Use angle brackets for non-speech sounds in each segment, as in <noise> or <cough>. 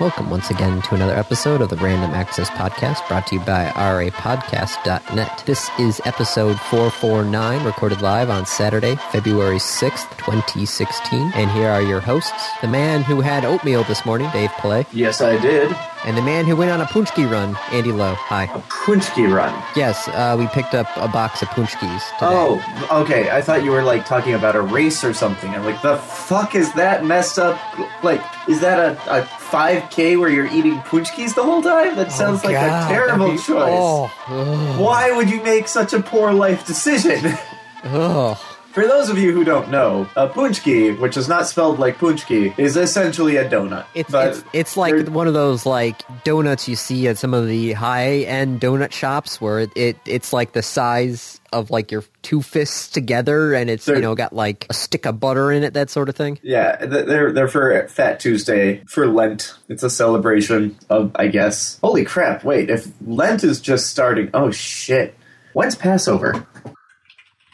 Welcome once again to another episode of the Random Access Podcast brought to you by rapodcast.net. This is episode 449, recorded live on Saturday, February 6th, 2016. And here are your hosts the man who had oatmeal this morning, Dave Pillay, Yes, I did. and the man who went on a punchki run, Andy Lowe. Hi. A punchki run. Yes, uh, we picked up a box of punchkis today. Oh, okay. I thought you were like talking about a race or something. I'm like, the fuck is that messed up? Like, is that a, a 5K where you're eating punchkis the whole time? That sounds like a terrible choice. Oh, ugh, Why would you make such a poor life decision? <laughs> ugh. For those of you who don't know, a punchki, which is not spelled like punchki, is essentially a donut. It's, But it's it's like they're- one of those like donuts you see at some of the high end donut shops where it, it it's like the size of like your two fists together and it's you They're- know got like a stick of butter in it that sort of thing. Yeah, th- they're they're for Fat Tuesday for Lent. It's a celebration of, I guess. Holy crap! Wait, if Lent is just starting, oh shit! When's Passover?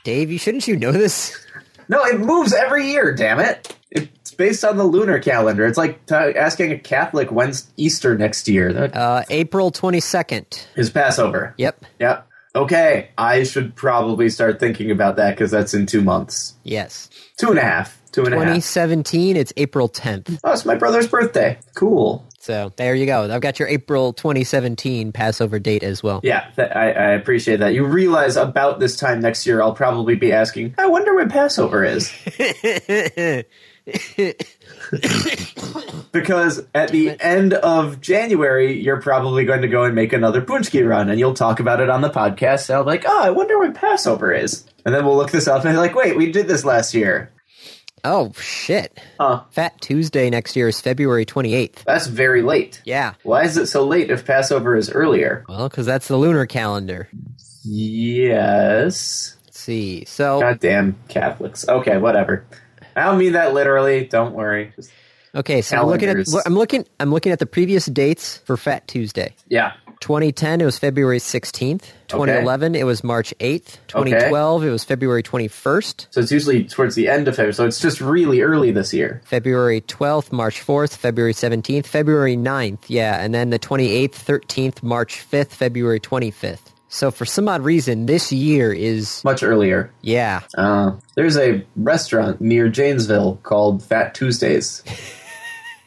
Dave, you shouldn't you know this? No, it moves every year. Damn it! It's based on the lunar calendar. It's like t- asking a Catholic when's Easter next year. That Uh, April twenty second. is Passover. Yep. Yep. Okay, I should probably start thinking about that because that's in two months, Yes. two and a half, two and a half. Twenty seventeen. It's April tenth. Oh, it's my brother's birthday. Cool. So there you go. I've got your April twenty seventeen Passover date as well. Yeah, th- I, I appreciate that. You realize about this time next year, I'll probably be asking, I wonder when Passover is. because at the end of January, you're probably going to go and make another Punchki run, and you'll talk about it on the podcast. And I'll be like, oh, I wonder when Passover is. And then we'll look this up and be like, wait, we did this last year. Oh shit. Huh, Fat Tuesday next year is February twenty eighth. that's very late. Yeah. Why is it so late if Passover is earlier? Well, because that's the lunar calendar. Yes. Let's see. So, Goddamn Catholics. Okay, whatever. I don't mean that literally. Don't worry. Just, okay, so I'm looking at calendars. I'm looking I'm looking at the previous dates for Fat Tuesday. yeah. 2010 it was February 16th. 2011 it was March 8th. 2012 it was February 21st. So it's usually towards the end of February. So it's just really early this year. February 12th, March 4th, February 17th, February 9th. Yeah, and then the 28th, 13th, March 5th, February 25th. So for some odd reason this year is Much earlier. yeah. Uh, there's a restaurant near Janesville called Fat Tuesdays.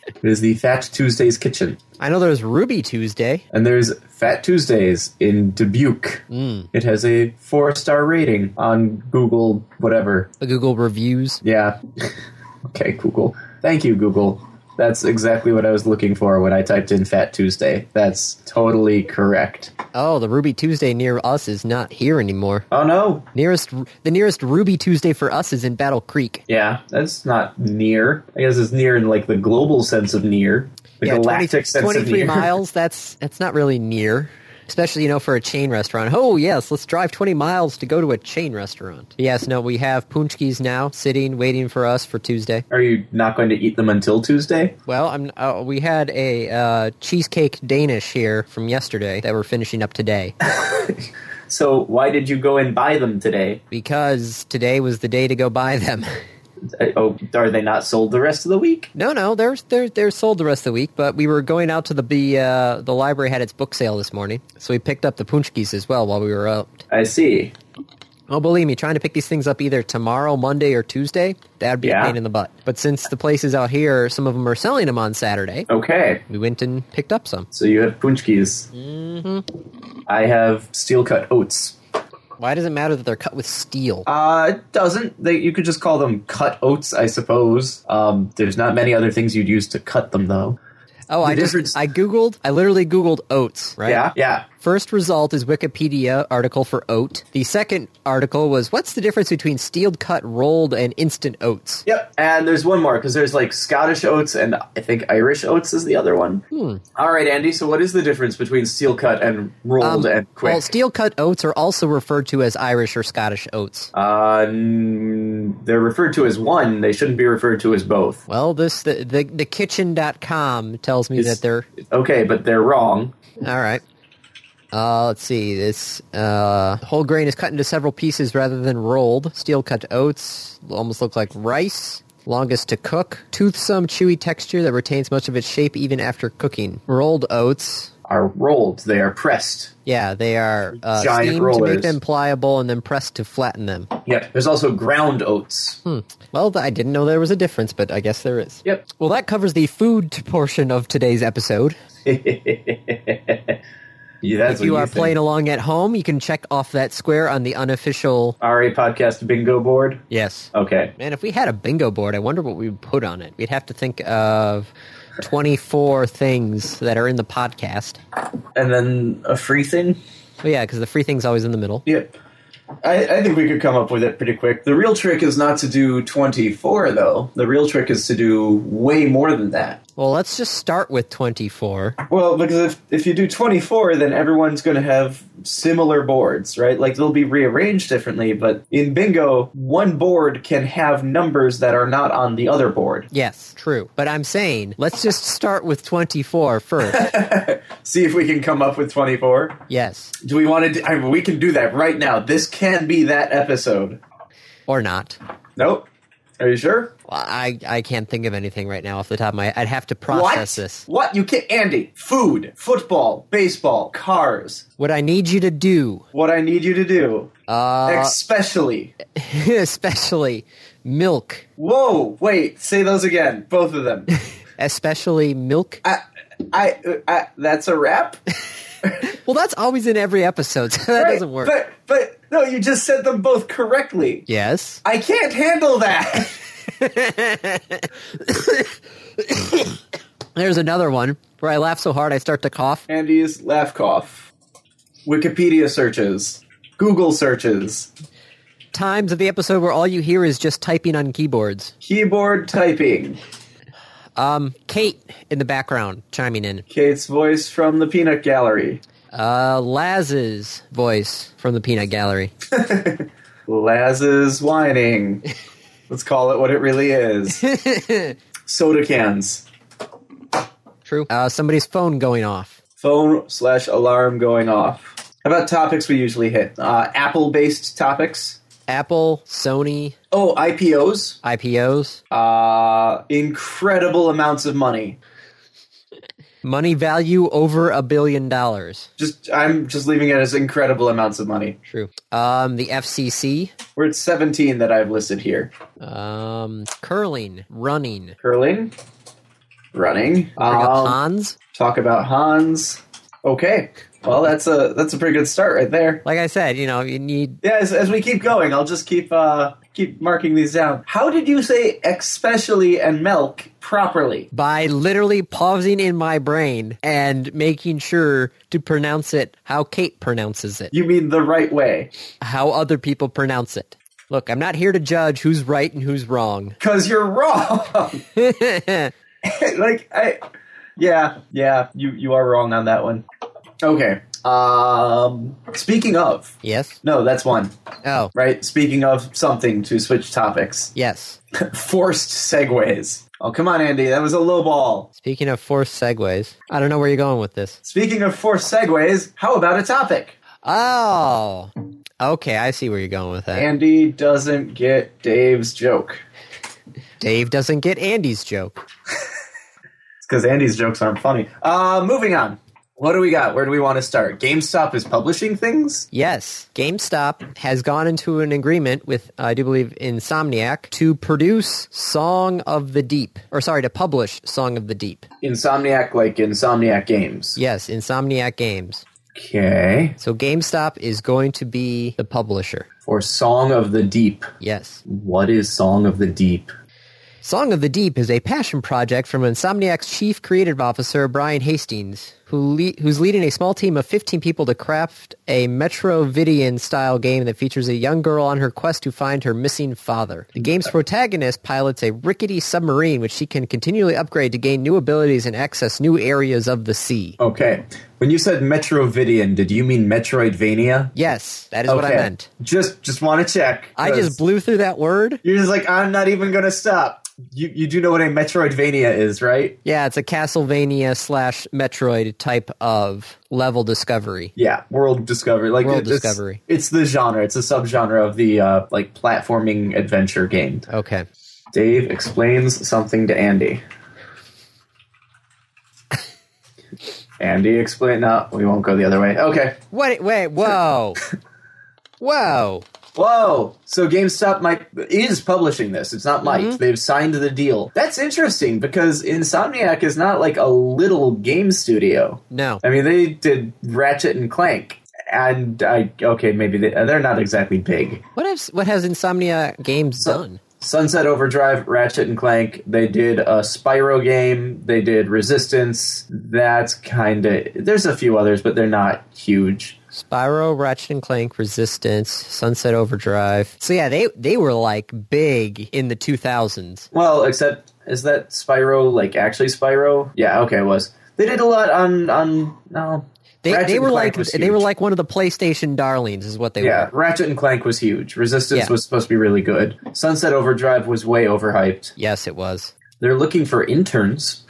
it is the Fat Tuesdays Kitchen. I know there's Ruby Tuesday. And there's Fat Tuesdays in Dubuque. It has a four star rating on Google, whatever. The Google reviews. Yeah. <laughs> okay, Google. Thank you, Google. That's exactly what I was looking for when I typed in Fat Tuesday. That's totally correct. Oh, the Ruby Tuesday near us is not here anymore. Oh no. Nearest, the nearest Ruby Tuesday for us is in Battle Creek. Yeah, that's not near. I guess it's near in like the global sense of near, the galactic 20 sense of 23 near. miles. That's that's not really near, especially you know for a chain restaurant. Oh yes, let's drive 20 miles to go to a chain restaurant. Yes, no, we have punchkis now sitting waiting for us for Tuesday. <laughs> Are you not going to eat them until Tuesday? Well, I'm uh, we had a uh, cheesecake Danish here from yesterday that we're finishing up today <laughs> So why did you go and buy them today? because today was the day to go buy them. <laughs> Uh, Oh, are they not sold the rest of the week? No, no, they're they're they're sold the rest of the week. But we were going out to the the, uh, the library had its book sale this morning, so we picked up the punchkis as well while we were out. I see. Oh, believe me, trying to pick these things up either tomorrow, Monday, or Tuesday, that'd be Yeah. a pain in the butt. But since the places out here, some of them are selling them on Saturday, Okay, we went and picked up some. so you have punchkis. Mm-hmm. I have steel cut oats. Why does it matter that they're cut with steel? Uh, it doesn't. They, you could just call them cut oats, I suppose. Um, there's not many other things you'd use to cut them, though. oh, I difference- just I googled, I literally googled oats. Right? Yeah, yeah. First result is Wikipedia article for oat. The second article was what's the difference between steel cut, rolled, and instant oats? Yep. And there's one more because there's like Scottish oats and I think Irish oats is the other one. All right, Andy. So what is the difference between steel cut and rolled Um, and quick? Well, steel cut oats are also referred to as Irish or Scottish oats. uh, n- they're referred to as one. They shouldn't be referred to as both. Well, this the the, the kitchen.com tells me that they're Okay, but they're wrong. all right. Uh, let's see. This uh, whole grain is cut into several pieces rather than rolled. Steel cut oats almost look like rice. longest to cook, toothsome, chewy texture that retains much of its shape even after cooking. Rolled oats. Are rolled. They are pressed. Yeah, they are uh, Giant steamed to make rollers. them pliable and then pressed to flatten them. Yep. There's also ground oats. Well, th- I didn't know there was a difference, but I guess there is. Yep. Well, that covers the food portion of today's episode. <laughs> Yeah, that's if you what are think. playing along at home, you can check off that square on the unofficial. RA podcast bingo board. Yes. Okay. Man, if we had a bingo board, I wonder what we would put on it. We'd have to think of 24 things that are in the podcast. And then a free thing. Oh, yeah, because the free thing's always in the middle. Yep. I, I think we could come up with it pretty quick. The real trick is not to do 24, though. The real trick is to do way more than that. Well, let's just start with 24. Well, because if, if you do 24, then everyone's going to have similar boards, right? Like they'll be rearranged differently, but in bingo, one board can have numbers that are not on the other board. Yes, true. But I'm saying, let's just start with 24 first. See if we can come up with 24. yes, Do we want to? I mean, we can do that right now. This can be that episode. or not. Nope. Are you sure? Well, I, I can't think of anything right now off the top of my I'd have to process what? this. What? You can't. Andy, food, football, baseball, cars. What I need you to do, What I need you to do. Uh, Especially. <laughs> especially milk, Whoa, wait. Say those again. Both of <laughs> them. especially milk. I, I, I, that's a wrap? Well, that's always in every episode, <laughs> so <laughs> that doesn't work. But, but, no, you just said them both correctly. yes. I can't handle that. <laughs> There's another one where I laugh so hard I start to cough. Andy's laugh cough. Wikipedia searches. Google searches. Times of the episode where all you hear is just typing on keyboards. Keyboard typing. Um, Kate in the background chiming in. Kate's voice from the peanut gallery. Uh, Laz's voice from the Peanut Gallery. Laz's whining. Let's call it what it really is. Soda cans. True. Uh, somebody's phone going off. Phone slash alarm going off. How about topics we usually hit? Uh, Apple based topics. Apple, Sony, Oh, IPOs. IPOs, Uh, incredible amounts of money. money value over a billion dollars. Just I'm just leaving it as incredible amounts of money. True. Um, the FCC, We're at 17 that I've listed here. um, curling, running. Curling, running. Bring up Um, Hans. talk about Hans. Okay. Well, that's a that's a pretty good start right there. Like I said, you know, you need Yeah, as, as we keep going, I'll just keep uh, keep marking these down. How did you say especially and milk properly? by literally pausing in my brain and making sure to pronounce it how Kate pronounces it, You mean the right way? how other people pronounce it. Look, I'm not here to judge who's right and who's wrong. Cause you're wrong. <laughs> like I, yeah, yeah, you you are wrong on that one. Okay. Um, speaking of, Yes? no, that's one Oh, right. Speaking of something to switch topics, yes. forced segues. Oh come on, Andy, that was a low ball. Speaking of forced segues, I don't know where you're going with this. Speaking of forced segues, how about a topic? Oh, okay. I see where you're going with that. Andy doesn't get Dave's joke. Dave doesn't get Andy's joke. It's because Andy's jokes aren't funny. Uh, moving on. What do we got? Where do we want to start? GameStop is publishing things? Yes, GameStop has gone into an agreement with, uh, I do believe, Insomniac to produce Song of the Deep, or sorry, to publish Song of the Deep. Insomniac, like Insomniac Games. Yes, Insomniac Games. Okay. So GameStop is going to be the publisher. For Song of the Deep. Yes. What is Song of the Deep? Song of the Deep is a passion project from Insomniac's chief creative officer, Brian Hastings, who le- who's leading a small team of 15 people to craft a Metrovidian style game that features a young girl on her quest to find her missing father. The game's protagonist pilots a rickety submarine which she can continually upgrade to gain new abilities and access new areas of the sea. Okay. When you said Metrovidian, did you mean Metroidvania? Yes, that is what I meant. Just just want to check. I 'cause just blew through that word. You're just like, I'm not even gonna stop. You you do know what a Metroidvania is, right? Yeah, it's a Castlevania slash Metroid type of level discovery. Yeah, world discovery. Like World it- it's- discovery. It's the genre. It's a subgenre of the uh, like platforming adventure game. Okay. Dave explains something to Andy. Andy explain. No, we won't go the other way. Okay. Wait, wait, whoa. whoa. <laughs> Whoa! So GameStop might is publishing this. It's not might. Mm-hmm. They've signed the deal. That's interesting because Insomniac is not like a little game studio. No. I mean, they did Ratchet and Clank, and I okay, maybe they, they're not exactly big. What has what has Insomnia Games done? Sunset Overdrive, Ratchet and Clank. They did a Spyro game. They did Resistance. That's kind of. There's a few others, but they're not huge. Spyro, Ratchet and Clank, Resistance, Sunset Overdrive. So yeah, they they were like big in the 2000s. Well, except is that Spyro like actually Spyro? Yeah, okay, it was. They did a lot on on no. They, Ratchet they and were like Clank was they were huge. like one of the PlayStation darlings, is what they yeah. were. Ratchet and Clank was huge. Resistance Yeah. was supposed to be really good. Sunset Overdrive was way overhyped. Yes, it was. They're looking for interns.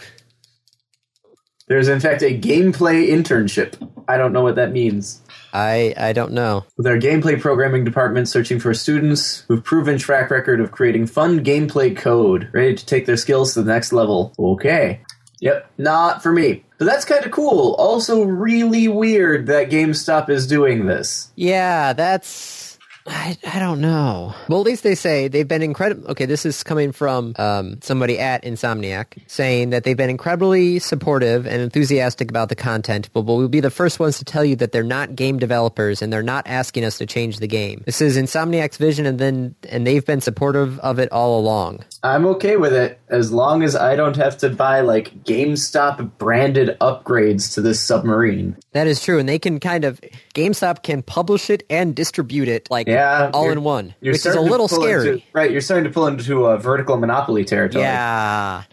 There's in fact a gameplay internship. I don't know what that means. I I don't know. With our gameplay programming department searching for students who've proven track record of creating fun gameplay code, ready to take their skills to the next level. Okay. Yep, not for me. But that's kind of cool. Also, really weird that GameStop is doing this. Yeah, that's. I, I don't know. Well, at least they say they've been incredible. Okay, this is coming from um, somebody at Insomniac saying that they've been incredibly supportive and enthusiastic about the content, but we'll be the first ones to tell you that they're not game developers and they're not asking us to change the game. This is Insomniac's vision, and then and they've been supportive of it all along. I'm okay with it as long as I don't have to buy like GameStop branded upgrades to this submarine. That is true, and they can kind of GameStop can publish it and distribute it like Yeah, all you're- in one, You're which is a starting to little pull scary. into- right, you're starting to pull into a vertical monopoly territory. yeah.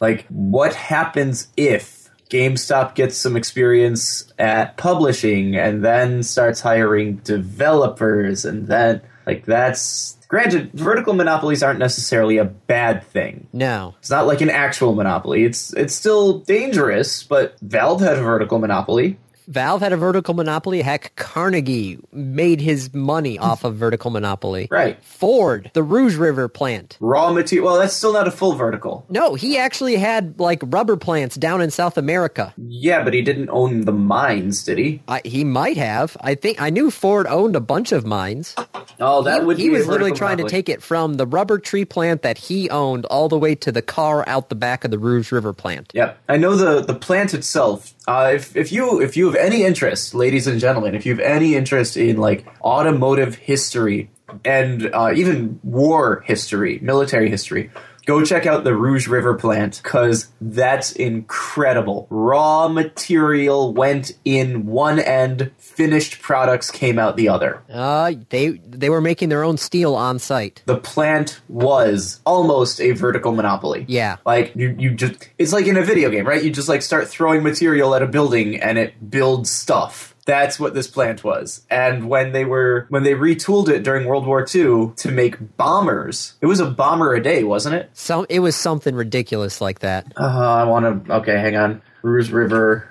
Like, what happens if GameStop gets some experience at publishing and then starts hiring developers and then, like, that's. Granted, vertical monopolies aren't necessarily a bad thing. No. It's not like an actual monopoly. It's it's still dangerous, but Valve had a vertical monopoly. Valve had a vertical monopoly. Heck, Carnegie made his money off of vertical monopoly. Hmm. Right. Ford, the Rouge River plant. Raw material. Well, that's still not a full vertical. No, he actually had like rubber plants down in South America. Yeah, but he didn't own the mines, did he? I, he might have. I think I knew Ford owned a bunch of mines. Oh, that would. he be a was literally vertical trying to monopoly. take it from the rubber tree plant that he owned all the way to the car out the back of the Rouge River plant. Yep, I know the the plant itself. Uh, if if you if you have any interest, ladies and gentlemen, if you have any interest in like automotive history and uh, even war history, military history, go check out the Rouge River plant because that's incredible. Raw material went in one end, finished products came out the other. Uh, they they were making their own steel on site. The plant was almost a vertical monopoly. Yeah. Like you, you just it's like in a video game, right? You just like start throwing material at a building and it builds stuff. That's what this plant was. And when they were when they retooled it during World War II to make bombers, it was a bomber a day, wasn't it? Some it was something ridiculous like that. Uh, I want to. Okay, hang on. Ruse River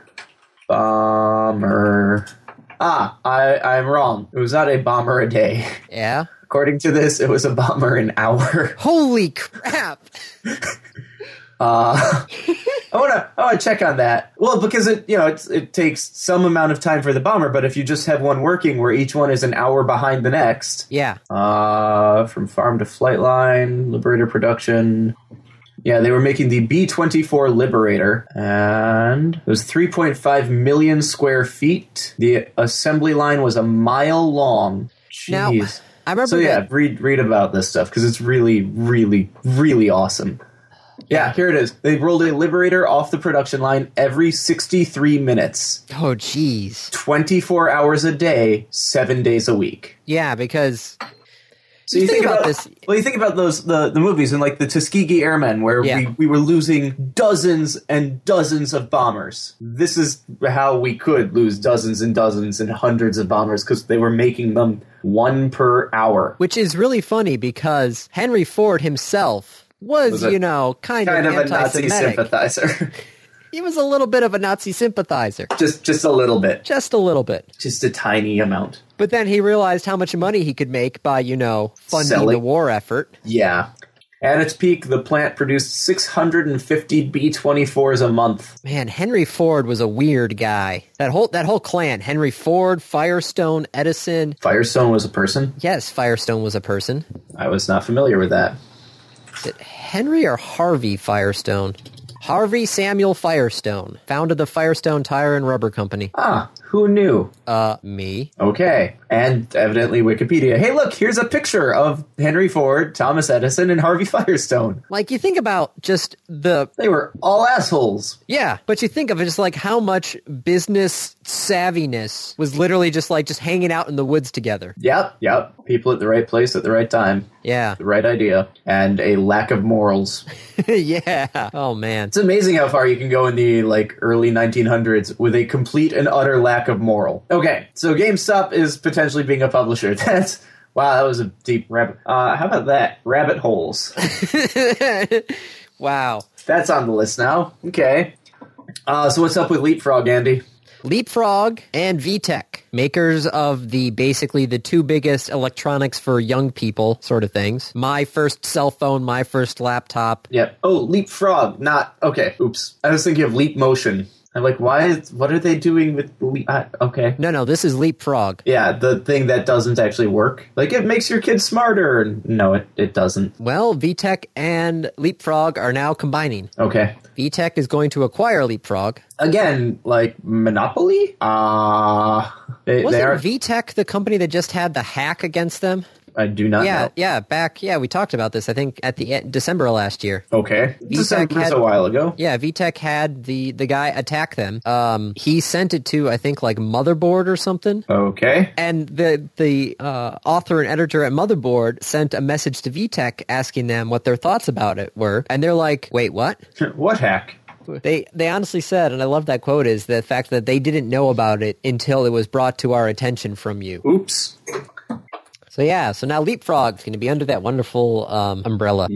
bomber. Ah, I I'm wrong. It was not a bomber a day. <laughs> Yeah. According to this, it was a bomber an hour. <laughs> Holy crap! Uh, <laughs> I want to I want to check on that. Well, because it you know it's, it takes some amount of time for the bomber, but if you just have one working where each one is an hour behind the next, Yeah. uh, from farm to flight line, Liberator production. Yeah, they were making the B twenty four Liberator, and it was three point five million square feet. The assembly line was a mile long. Jeez. Now, I remember So yeah, that- read read about this stuff because it's really, really, really awesome. Yeah, here it is. They rolled a Liberator off the production line every 63 minutes, Oh, jeez. 24 hours a day, seven days a week. Yeah, because So you, think about this- Well, you think about those the, the movies and like the Tuskegee Airmen, where Yeah. we, we were losing dozens and dozens of bombers. This is how we could lose dozens and dozens and hundreds of bombers because they were making them one per hour. which is really funny because Henry Ford himself was, a- you know, kind, kind of a Nazi anti-Semitic. sympathizer. <laughs> He was a little bit of a Nazi sympathizer, Just just a little bit. just a little bit. Just a tiny amount. But then he realized how much money he could make by, you know, funding the Selling. war effort. Yeah. At its peak, the plant produced 650 B-24s a month. Man, Henry Ford was a weird guy. That whole that whole clan, Henry Ford, Firestone, Edison. Firestone was a person. Yes, Firestone was a person. I was not familiar with that. Is it Henry or Harvey Firestone? Harvey Samuel Firestone founded the Firestone Tire and Rubber Company. Ah, who knew? Uh, me. Okay. And evidently Wikipedia. Hey, look, here's a picture of Henry Ford, Thomas Edison, and Harvey Firestone. Like you think about just the They were all assholes. Yeah, but you think of it just like how much business savviness was literally just like just hanging out in the woods together. Yep, yep. People at the right place at the right time, Yeah, <laughs> the right idea, and a lack of morals. yeah. Oh man, It's amazing how far you can go in the like early 1900s with a complete and utter lack of moral. Okay, so GameStop is potentially being a publisher. <laughs> That's wow, that was a deep rabbit. Uh, how about that rabbit holes? <laughs> wow. That's on the list now. Okay. Uh, so what's up with Leapfrog, Andy? Leapfrog and VTech, makers of the basically the two biggest electronics for young people sort of things. My first cell phone, my first laptop. Yep. Oh, Leapfrog, not okay. Oops, I was thinking of Leap Motion. I'm like, why? Is, what are they doing with Leap? I, okay. No, no, this is Leapfrog. Yeah, the thing that doesn't actually work. Like it makes your kids smarter. No, it, it doesn't. Well, VTech and Leapfrog are now combining. Okay. VTech is going to acquire Leapfrog. Again, like Monopoly? Uh they, they are Wasn't VTech the company that just had the hack against them? I do not Yeah, know. yeah, back yeah, we talked about this I think at the end, December last year. Okay. December was had- a while ago. Yeah, VTech had the the guy attack them. Um he sent it to I think like Motherboard or something. Okay. And the the uh, author and editor at Motherboard sent a message to VTech asking them what their thoughts about it were, and they're like, "Wait, what?" What hack? They they honestly said, and I love that quote is the fact that they didn't know about it until it was brought to our attention from you. Oops. So yeah, so now Leapfrog's going to be under that wonderful um, umbrella.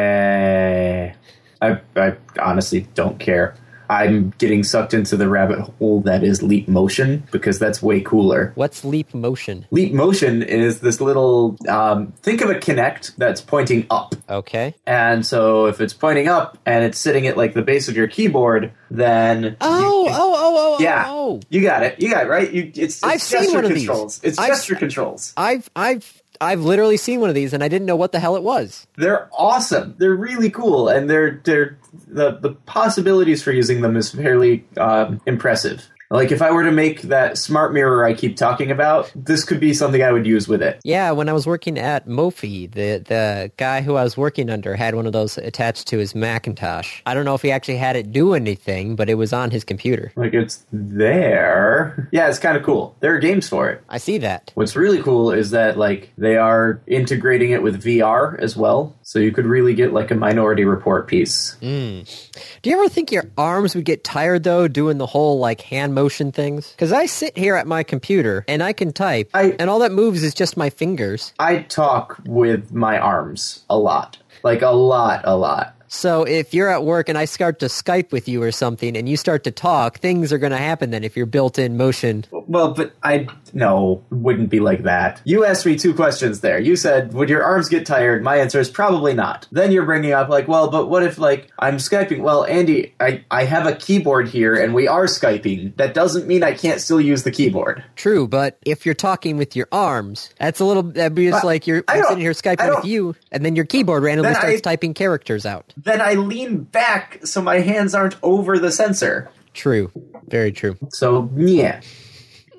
Yeah. I I honestly don't care. I'm getting sucked into the rabbit hole that is Leap Motion because that's way cooler. What's leap motion? Leap Motion is this little um, think of a Kinect that's pointing up. Okay. And so if it's pointing up and it's sitting at like the base of your keyboard, then Oh, oh, oh, oh, yeah, oh. oh. you got it, you got it right. You, it's, it's I've seen gesture one of these. controls. It's I've- gesture controls. I've I've I've literally seen one of these and I didn't know what the hell it was. They're awesome. They're really cool, and they're they're the the possibilities for using them is fairly um, impressive. Like if I were to make that smart mirror I keep talking about, this could be something I would use with it. Yeah, when I was working at Mophie, the the guy who I was working under had one of those attached to his Macintosh. I don't know if he actually had it do anything, but it was on his computer. Like it's there. Yeah, it's kind of cool. There are games for it. I see that. What's really cool is that like they are integrating it with VR as well, so you could really get like a Minority Report piece. Do you ever think your arms would get tired though doing the whole like hand motion things? Cuz I sit here at my computer and I can type I- and all that moves is just my fingers. I talk with my arms a lot, like a lot, a lot. So if you're at work and I start to Skype with you or something and you start to talk, things are going to happen then if you're built in motion. Well, but I no wouldn't be like that. You asked me two questions there. You said, "Would your arms get tired?" My answer is probably not. Then you're bringing up like, "Well, but what if like I'm skyping?" Well, Andy, I I have a keyboard here, and we are skyping. That doesn't mean I can't still use the keyboard. True, but if you're talking with your arms, that's a little, that'd be just Well, like you're I I'm don't- sitting here I Skyping with don't- you and then your keyboard randomly Then starts I- typing characters out. Then I lean back so my hands aren't over the sensor. True. Very true. So yeah.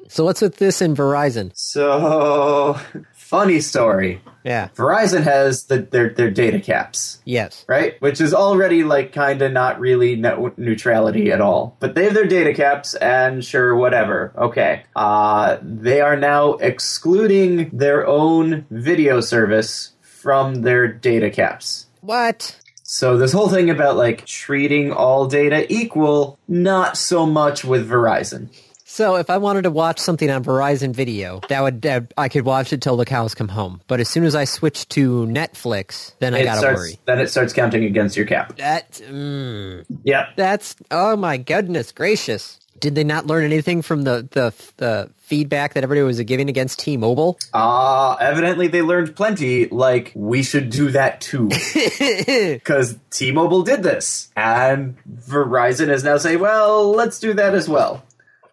So what's with this in Verizon? So <laughs> funny story. Yeah. Verizon has the, their their data caps. Yes. right? Which is already like kind of not really net neutrality at all. But they have their data caps, and sure, whatever. Okay, uh, they are now excluding their own video service from their data caps. What? So this whole thing about like treating all data equal, not so much with Verizon. So if I wanted to watch something on Verizon Video, that would that, I could watch it till the cows come home. But as soon as I switch to Netflix, then I It gotta starts, worry. Then it starts counting against your cap. That mm, Yep. that's oh my goodness gracious! Did they not learn anything from the the, the feedback that everybody was giving against T-Mobile? Ah, evidently they learned plenty. Like we should do that too, because T-Mobile did this, and Verizon is now saying, "Well, let's do that as well."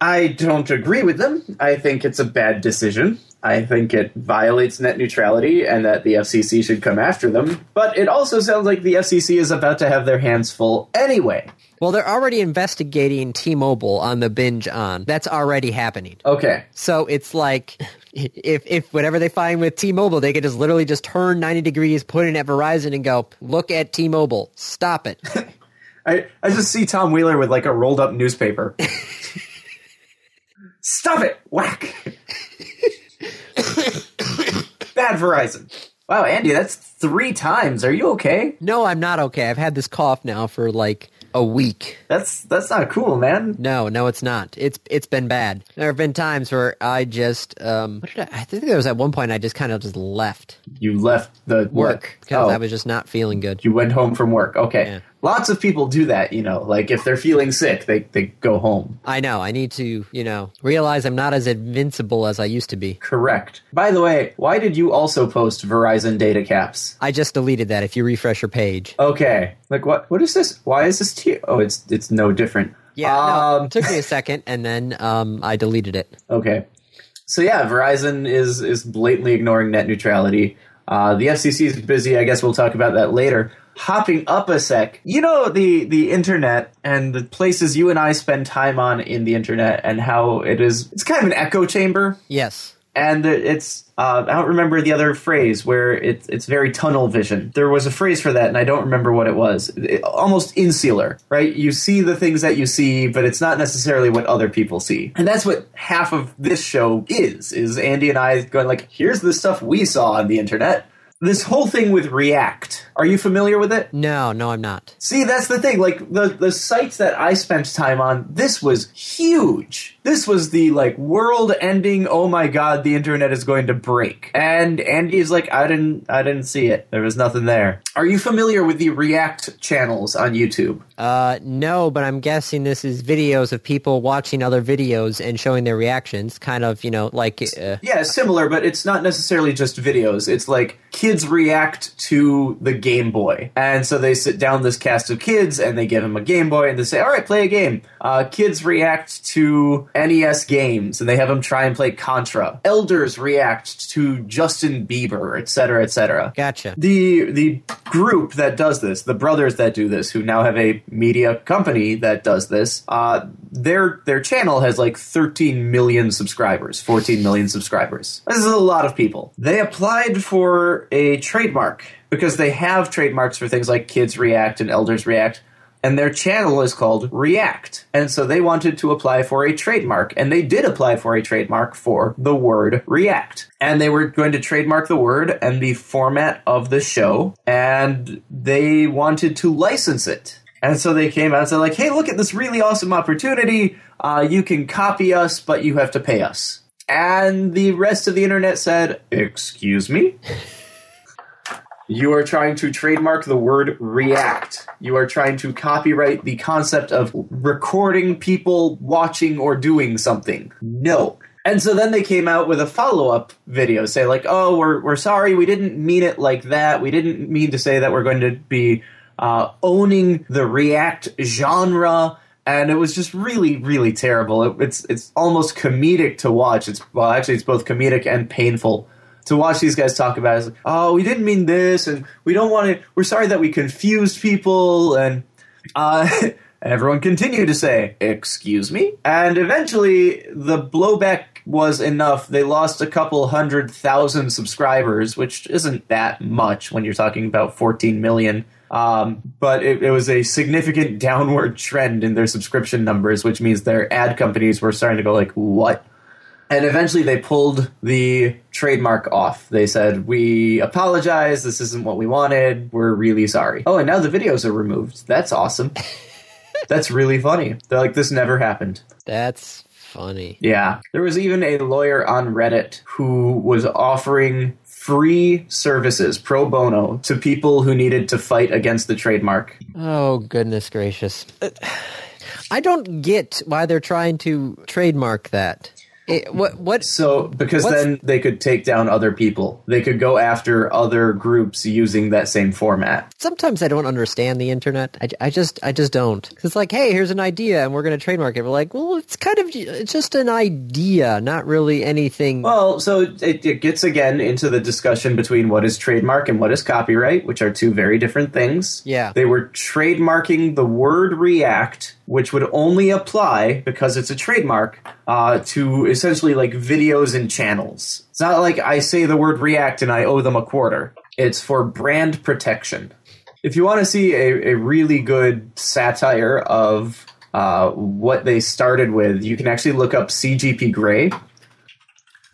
I don't agree with them. I think it's a bad decision. I think it violates net neutrality and that the FCC should come after them. But it also sounds like the FCC is about to have their hands full anyway. Well, they're already investigating T-Mobile on the binge on. That's already happening. Okay. So it's like if if whatever they find with T-Mobile, they could just literally just turn 90 degrees, put it at Verizon and go, "Look at T-Mobile. Stop it." I, I just see Tom Wheeler with like a rolled up <laughs> newspaper. Stop it! Whack! Bad Verizon. Wow, Andy, that's three times. Are you okay? no, I'm not okay. I've had this cough now for like a week. That's that's not cool, man. No, no, it's not. It's it's been bad. There have been times where I just um, what did I, I think there was at one point I just kind of just left You left the work because Oh, I was just not feeling good. you went home from work. Okay. Yeah. Lots of people do that, you know. Like if they're feeling sick, they they go home. I know. I need to, you know, realize I'm not as invincible as I used to be. Correct. By the way, why did you also post Verizon data caps? I just deleted that. If you refresh your page, Okay. Like what? What is this? Why is this tier? Oh, it's it's no different. Yeah, no, Um, it took me a second, and then um, I deleted it. okay. So yeah, Verizon is is blatantly ignoring net neutrality. Uh, the FCC is busy. I guess we'll talk about that later. Hopping up a sec, you know the the internet and the places you and I spend time on in the internet and how it is. It's kind of an echo chamber, Yes. and it's uh, I don't remember the other phrase where it's it's very tunnel vision. There was a phrase for that, and I don't remember what it was. It- almost insular, right? You see the things that you see, but it's not necessarily what other people see, and that's what half of this show is. Is Andy and I going like, here's the stuff we saw on the internet. This whole thing with React. Are you familiar with it? No, no, I'm not. See, that's the thing. Like the the sites that I spent time on, this was huge. This was the like world-ending. Oh my god, the internet is going to break. And Andy's like, I didn't, I didn't see it. There was nothing there. Are you familiar with the React channels on YouTube? Uh, no, but I'm guessing this is videos of people watching other videos and showing their reactions, kind of, you know, like. Uh, Yeah, similar, but it's not necessarily just videos. It's like kids react to the Game Boy. And so they sit down this cast of kids and they give them a Game Boy and they say, all right, play a game. Uh, kids react to NES games and they have them try and play Contra. Elders react to Justin Bieber, etc., etc. gotcha. The the group that does this, the brothers that do this, who now have a media company that does this, uh, their their channel has like 13 million subscribers, 14 million subscribers. This is a lot of people. They applied for a trademark because they have trademarks for things like Kids React and Elders React. And their channel is called React. And so they wanted to apply for a trademark. And they did apply for a trademark for the word React. And they were going to trademark the word and the format of the show. And they wanted to license it. And so they came out and said, like, hey, look at this really awesome opportunity. Uh, you can copy us, but you have to pay us. And the rest of the internet said, excuse me? You are trying to trademark the word react. You are trying to copyright the concept of recording people watching or doing something. No. And so then they came out with a follow up video, say, like, oh, we're, we're sorry, we didn't mean it like that. We didn't mean to say that we're going to be uh, owning the react genre. And it was just really, really terrible. It, it's it's almost comedic to watch. It's well, actually, it's both comedic and painful to watch these guys talk about it, it's like, oh, we didn't mean this, and we don't want to. We're sorry that we confused people, and uh, <laughs> everyone continued to say, "Excuse me." And eventually, the blowback was enough. They lost a couple hundred thousand subscribers, which isn't that much when you're talking about 14 million. Um, but it, it was a significant <laughs> downward trend in their subscription numbers, which means their ad companies were starting to go like, "What?" And eventually they pulled the trademark off. They said, We apologize. This isn't what we wanted. We're really sorry. Oh, and now the videos are removed. That's awesome. That's really funny. They're like, This never happened. That's funny. Yeah. There was even a lawyer on Reddit who was offering free services pro bono to people who needed to fight against the trademark. Oh, goodness gracious. I don't get why they're trying to trademark that. It, what what So, because What's- then they could take down other people. They could go after other groups using that same format. sometimes I don't understand the internet. I, I just I just don't. 'Cause It's like, hey, here's an idea, and we're going to trademark it. We're like, well, it's kind of it's just an idea, not really anything. Well, so it, it gets again into the discussion between what is trademark and what is copyright, which are two very different things. Yeah. They were trademarking the word react, which would only apply because it's a trademark uh, to essentially like videos and channels. It's not like I say the word react and I owe them a quarter, it's for brand protection. If you want to see a, a really good satire of uh, what they started with, you can actually look up CGP Grey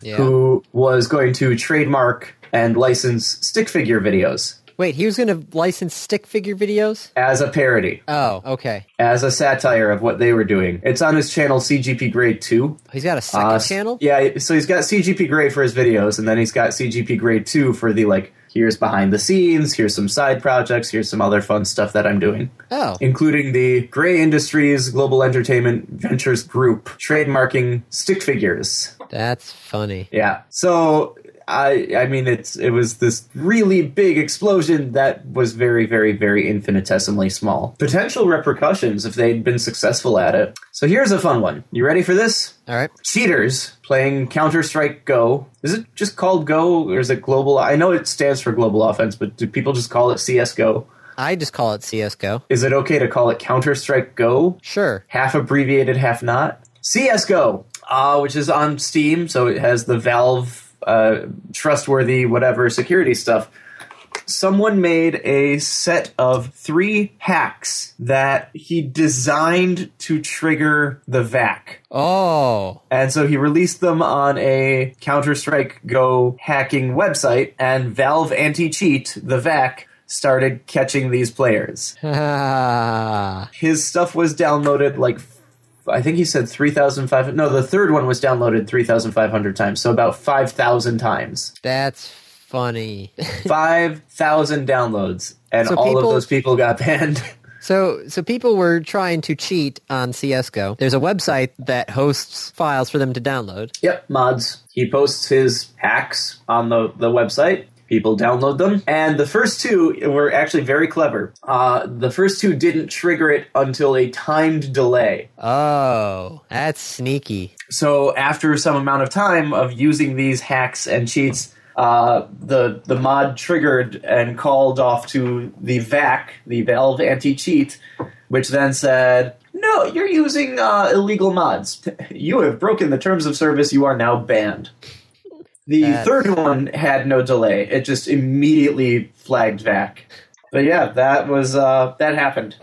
yeah. who was going to trademark and license stick figure videos Wait, he was going to license stick figure videos. as a parody, Oh, okay. as a satire of what they were doing. It's on his channel CGP Grade 2. He's got a second Uh, channel. Yeah, so he's got CGP Grade for his videos, and then he's got CGP Grade 2 for the like, here's behind the scenes, here's some side projects, here's some other fun stuff that I'm doing. Oh, Including the Gray Industries Global Entertainment Ventures Group trademarking stick figures. that's funny. Yeah. So I I mean it's it was this really big explosion that was very very very infinitesimally small. Potential repercussions if they'd been successful at it. So here's a fun one. You ready for this? All right. Cheaters playing Counter-Strike Go. Is it just called Go or is it Global? I know it stands for Global Offense, but do people just call it CS:GO? I just call it CS:GO. Is it okay to call it Counter-Strike Go? Sure. half abbreviated, half not. CS:GO, uh, which is on Steam, so it has the Valve uh, trustworthy whatever security stuff. Someone made a set of three hacks that he designed to trigger the VAC. Oh, <laughs> And so he released them on a Counter Strike Go hacking website, and Valve Anti Cheat, the VAC, started catching these players Ah. his stuff was downloaded like f- I think he said 3,500 no the third one was downloaded 3,500 times so about 5,000 times that's funny. <laughs> 5,000 downloads and So all people- of those people got banned <laughs> So, so people were trying to cheat on CS:GO. There's a website that hosts files for them to download. yep mods he posts his hacks on the the website People download them, and the first two were actually very clever. Uh, the first two didn't trigger it until a timed delay. Oh, that's sneaky. So after some amount of time of using these hacks and cheats, uh, the the mod triggered and called off to the VAC, the Valve anti-cheat, which then said, "No, you're using uh, illegal mods. <laughs> You have broken the terms of service. You are now banned." The That's- third one had no delay; it just immediately flagged VAC. But yeah, that was uh, that happened.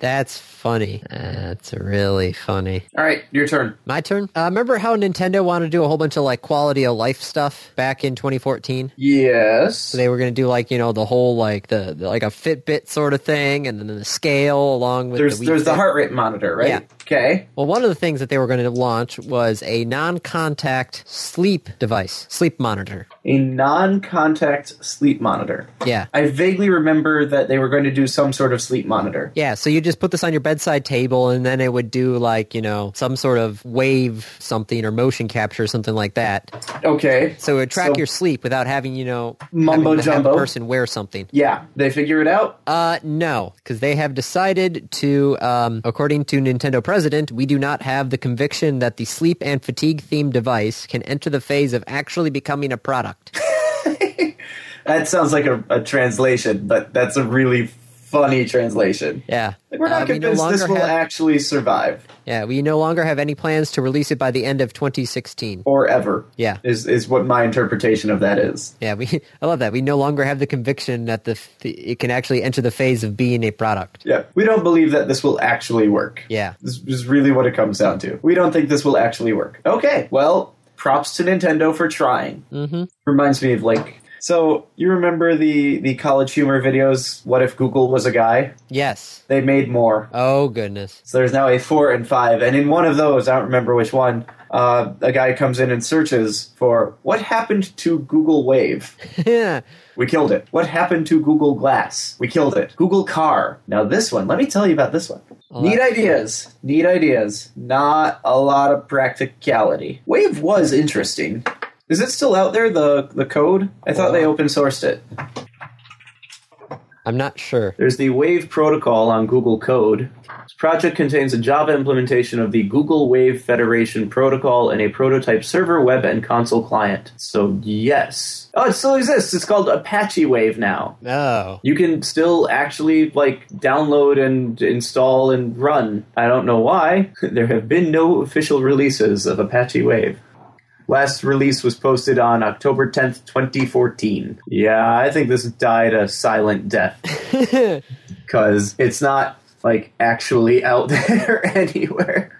That's funny. That's really funny. All right, your turn. My turn. Uh, remember how Nintendo wanted to do a whole bunch of like quality of life stuff back in 2014? Yes. They were going to do like you know the whole like the, the- like a Fitbit sort of thing, and then the scale along with There's the Wii there's the Fit. heart rate monitor, right? Yeah. Okay. Well, one of the things that they were going to launch was a non-contact sleep device, sleep monitor. a non-contact sleep monitor. Yeah. I vaguely remember that they were going to do some sort of sleep monitor. Yeah, so you just put this on your bedside table and then it would do like, you know, some sort of wave something or motion capture or something like that. Okay. So it would track So- your sleep without having, you know, Mumbo having to have a jumbo. person wear something. Yeah, they figure it out. Uh, no, because they have decided to, um, according to Nintendo president, we do not have the conviction that the sleep and fatigue themed device can enter the phase of actually becoming a <laughs> product. That sounds like a, a translation, but that's a really funny translation. Yeah. Like, we're not Uh, we no convinced this longer will have- actually survive Yeah, we no longer have any plans to release it by the end of 2016. or ever. Yeah. is is what my interpretation of that is. Yeah, we. <laughs> I love that. We no longer have the conviction that the, f- it can actually enter the phase of being a product. Yeah, we don't believe that this will actually work. Yeah. This is really what it comes down to. We don't think this will actually work. Okay, well, props to Nintendo for trying. Mm-hmm. Reminds me of like So you remember the the college humor videos? What if Google was a guy? Yes. They made more. Oh goodness. <laughs> So there's now a four and five, and in one of those, I don't remember which one. Uh, a guy comes in and searches for what happened to Google Wave. yeah. We killed it. What happened to Google Glass? We killed it. Google Car. Now this one. Let me tell you about this one. Well, Neat that's- ideas. Neat ideas. Not a lot of practicality. Wave was interesting. Is it still out there? The the code? I thought they open sourced it. I'm not sure. There's the Wave protocol on Google Code. This project contains a Java implementation of the Google Wave Federation protocol and a prototype server, web, and console client. So, yes. Oh, it still exists. It's called Apache Wave now. Oh. You can still actually like download and install and run. I don't know why. <laughs> There have been no official releases of Apache Wave. Last release was posted on October 10th, 2014. Yeah, I think this died a silent death because it's not like actually out <laughs> there anywhere.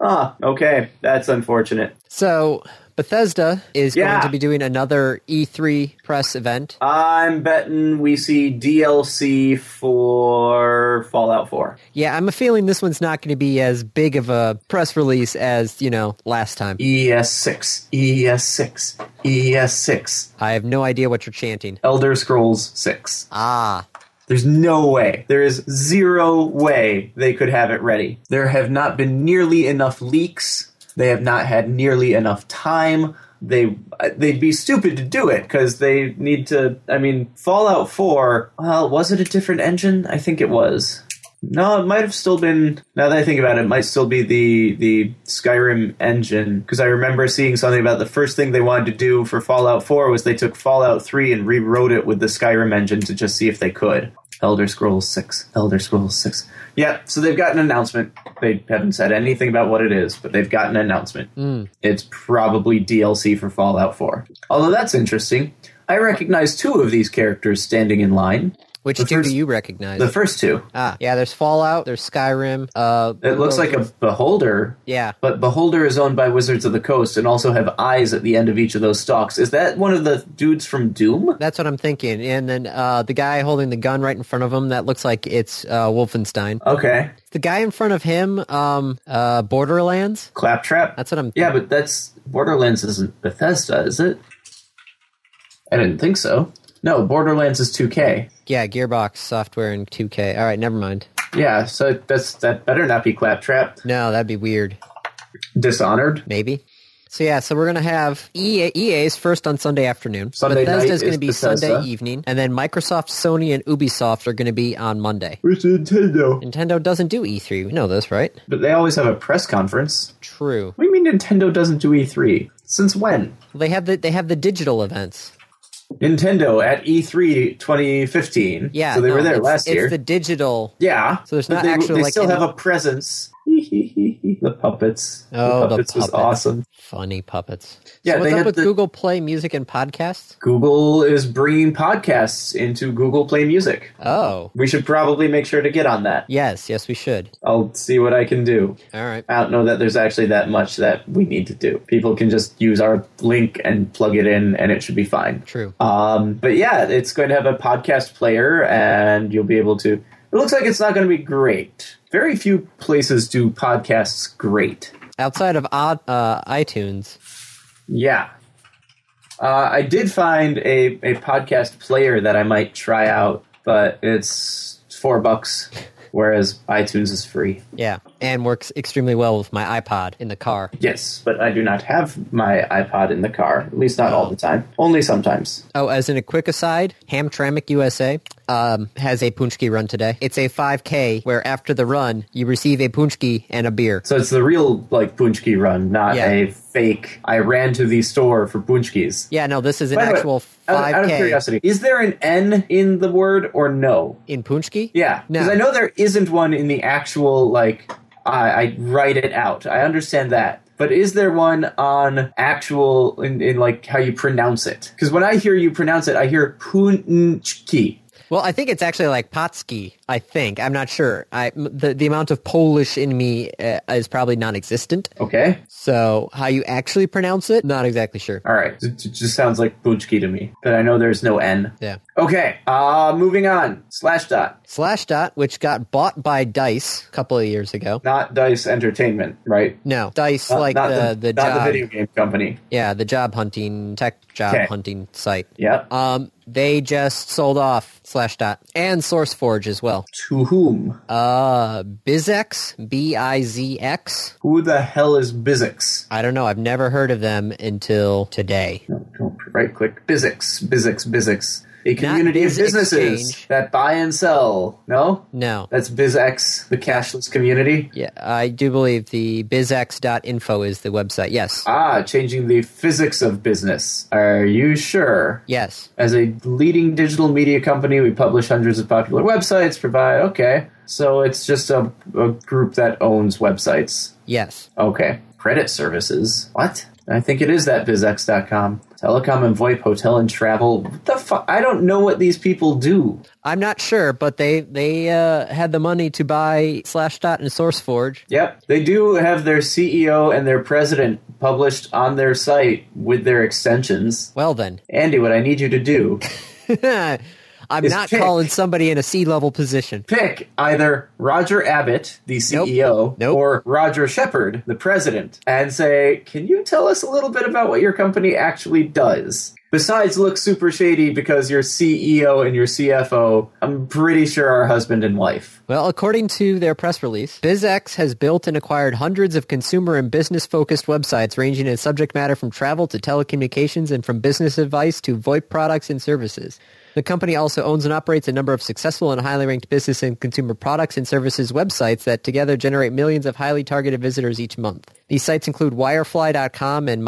Ah, okay, that's unfortunate. so Bethesda is Yeah. going to be doing another E3 press event. I'm betting we see DLC for Fallout 4. Yeah, I'm a feeling this one's not going to be as big of a press release as, you know, last time. E ES6, ES6, ES6, I have no idea what you're chanting. E Elder Scrolls 6. Ah. There's no way. There is zero way they could have it ready. There have not been nearly enough leaks. They have not had nearly enough time. They uh, they'd be stupid to do it because they need to. I mean, Fallout Four. Well, was it a different engine? I think it was. No, it might have still been. Now that I think about it, it might still be the the Skyrim engine because I remember seeing something about the first thing they wanted to do for Fallout Four was they took Fallout Three and rewrote it with the Skyrim engine to just see if they could. Elder Scrolls Six. Elder Scrolls Six. Yeah, so they've got an announcement. They haven't said anything about what it is, but they've got an announcement. It's probably DLC for Fallout Four. Although that's interesting. I recognize two of these characters standing in line. Which The two first- do you recognize? The first two. ah, yeah, there's Fallout, there's Skyrim. Uh, It looks like a beholder Yeah. But Beholder is owned by Wizards of the Coast and also have eyes at the end of each of those stalks. Is that one of the dudes from Doom? That's what I'm thinking. And then uh, the guy holding the gun right in front of him, that looks like it's uh, Wolfenstein. Okay. The guy in front of him, um, uh, Borderlands. Claptrap? That's what I'm. yeah, but that's. Borderlands isn't Bethesda, is it? I didn't think so. No, Borderlands is 2K. Yeah, Gearbox Software and 2K. All right, never mind. Yeah, so that's that better not be Claptrap. No, that'd be weird. Dishonored? Maybe. So yeah, so we're gonna have E EA, EA's first on Sunday afternoon. Sunday night Bethesda's gonna is be Bethesda. Sunday evening, and then Microsoft, Sony, and Ubisoft are gonna be on Monday. With Nintendo. Nintendo doesn't do E3. We know this, right? But they always have a press conference. True. What do you mean Nintendo doesn't do E3? Since when? They have the they have the digital events. Nintendo at E E3 2015. Yeah, So they no, were there it's- last year. It's the digital. Yeah. So there's But not they, actually, they like, still any- have a presence. <laughs> the puppets. Oh, the puppets was puppets. awesome. Funny puppets. Yeah, so what's they up have with the- Google Play Music and podcasts? Google is bringing podcasts into Google Play Music. Oh, We should probably make sure to get on that. yes, yes, we should. I'll see what I can do. All right. I don't know that there's actually that much that we need to do. People can just use our link and plug it in, and it should be fine. True. Um, but yeah, it's going to have a podcast player, and you'll be able to. It looks like it's not going to be great. Very few places do podcasts great. Outside of uh, uh, iTunes, Yeah. Uh, I did find a, a podcast player that I might try out, but it's four bucks, whereas iTunes is free. yeah, and works extremely well with my iPod in the car. Yes, but I do not have my iPod in the car, at least not all the time, only sometimes. Oh, as in a quick aside, Hamtramck USA um, has a punchki run today. It's a 5K where after the run, you receive a punchki and a beer. So it's the real, like, Punchki run, not Yeah. a fake, I ran to the store for Punchkis. Yeah, no, this is an By the way, actual out, out of 5K curiosity, is there an N in the word or no? in punchki. Yeah, No. because I know there isn't one in the actual like I, I write it out. I understand that, but is there one on actual in, in like how you pronounce it? Because when I hear you pronounce it, I hear punchki. Well, I think it's actually like potski. I think I'm not sure. I m- the the amount of Polish in me uh, is probably non-existent. Okay. So how you actually pronounce it? Not exactly sure. All right. It it just sounds like Bunchki to me, but I know there's no N. Yeah. Okay. Uh, moving on. Slash dot. Slashdot, which got bought by Dice a couple of years ago. Not Dice Entertainment, right? No, Dice Not- like not the the, not job, the video game company. yeah, the job hunting tech job Okay. hunting site. Yep. Um, they just sold off Slashdot and SourceForge as well. to whom? Uh, Bizex, B I Z X. Who the hell is Bizix? I don't know. I've never heard of them until today. No, don't right click. Bizix. Bizix. Bizix. A community of Biz businesses Exchange. that buy and sell. No? No. That's BizX, the cashless community. Yeah, I do believe the bizx.info is the website. Yes. Ah, changing the physics of business. Are you sure? Yes. As a leading digital media company, we publish hundreds of popular websites, provide. Okay. So it's just a, a group that owns websites. Yes. Okay. Credit services. What? I think it is that bizx.com. Telecom and VoIP, hotel and travel. What the fuck? I don't know what these people do. I'm not sure, but they they uh, had the money to buy Slashdot and SourceForge. Yep. They do have their CEO and their president published on their site with their extensions. Well then, <laughs> Andy, what I need you to do I'm It's not Pick. calling somebody in a C level position. pick either Roger Abbott, the CEO, Nope. or Roger Shepard, the president, and say, Can you tell us a little bit about what your company actually does? Besides look super shady because your CEO and your CFO, I'm pretty sure are husband and wife. Well, according to their press release, BizX has built and acquired hundreds of consumer and business-focused websites ranging in subject matter from travel to telecommunications and from business advice to VoIP products and services. The company also owns and operates a number of successful and highly ranked business and consumer products and services websites that together generate millions of highly targeted visitors each month. These sites include wirefly.com and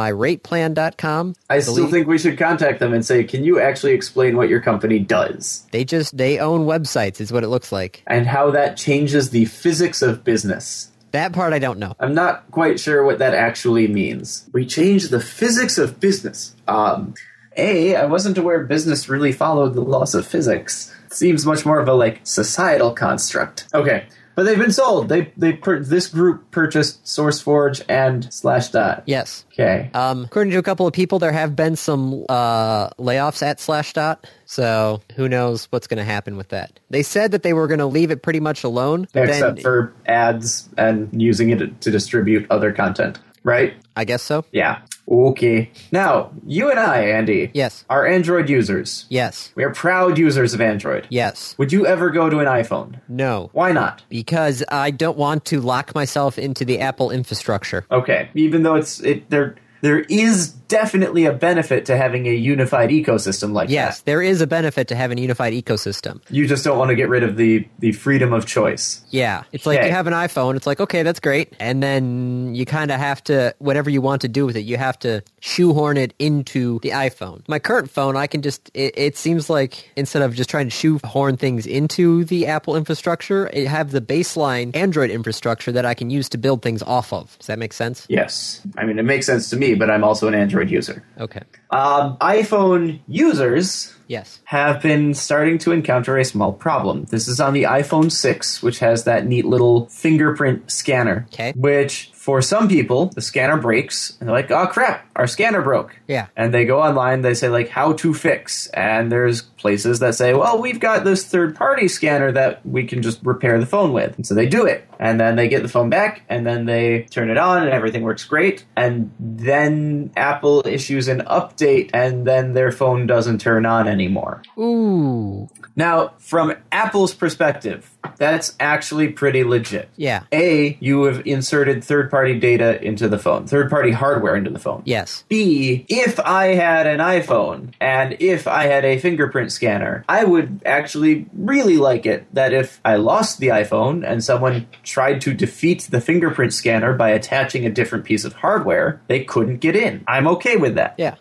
myrateplan.com. I still think we should contact them and say, Can you actually explain what your company does? They just they own websites is what it looks like. And how that changes the physics of business. That part I don't know. I'm not quite sure what that actually means. We changed the physics of business. Um, A, I wasn't aware business really followed the laws of physics. Seems much more of a like societal construct. Okay, but they've been sold. They they pur- this group purchased SourceForge and Slashdot. Yes. Okay, Um, according to a couple of people, there have been some uh, layoffs at Slashdot, so who knows what's going to happen with that. They said that they were going to leave it pretty much alone, but except then for ads and using it to distribute other content. Right? I guess so. Yeah. Okay. Now you and I, Andy. Yes. Are Android users. Yes, We are proud users of Android. yes, Would you ever go to an iPhone? no, Why not? because I don't want to lock myself into the Apple infrastructure. Okay, even though it's it there there is definitely a benefit to having a unified ecosystem like Yes, there is a benefit to having a unified ecosystem. that. You just don't want to get rid of the the freedom of choice. Yeah, it's like Okay. you have an iPhone. It's like okay, that's great, and then you kind of have to whatever you want to do with it, you have to shoehorn it into the iPhone. My current phone, I can just it, it seems like instead of just trying to shoehorn things into the Apple infrastructure, it have the baseline Android infrastructure that I can use to build things off of. Does that make sense? Yes, I mean it makes sense to me, but I'm also an Android user. Okay. Um, iPhone users Yes. have been starting to encounter a small problem. This is on the iPhone 6, which has that neat little fingerprint scanner. Okay. Which, for some people, the scanner breaks, and they're like, oh crap, our scanner broke. Yeah. And they go online, they say, like, how to fix. And there's places that say, well, we've got this third party scanner that we can just repair the phone with. And so they do it. And then they get the phone back, and then they turn it on, and everything works great. And then Apple issues an update, and then their phone doesn't turn on anymore. Ooh. Now, from Apple's perspective, that's actually pretty legit. Yeah. A, you have inserted third party data into the phone, third party hardware into the phone. Yes. B, if I had an iPhone and if I had a fingerprint scanner, I would actually really like it that if I lost the iPhone and someone tried to defeat the fingerprint scanner by attaching a different piece of hardware, they couldn't get in. I'm okay with that. Yeah.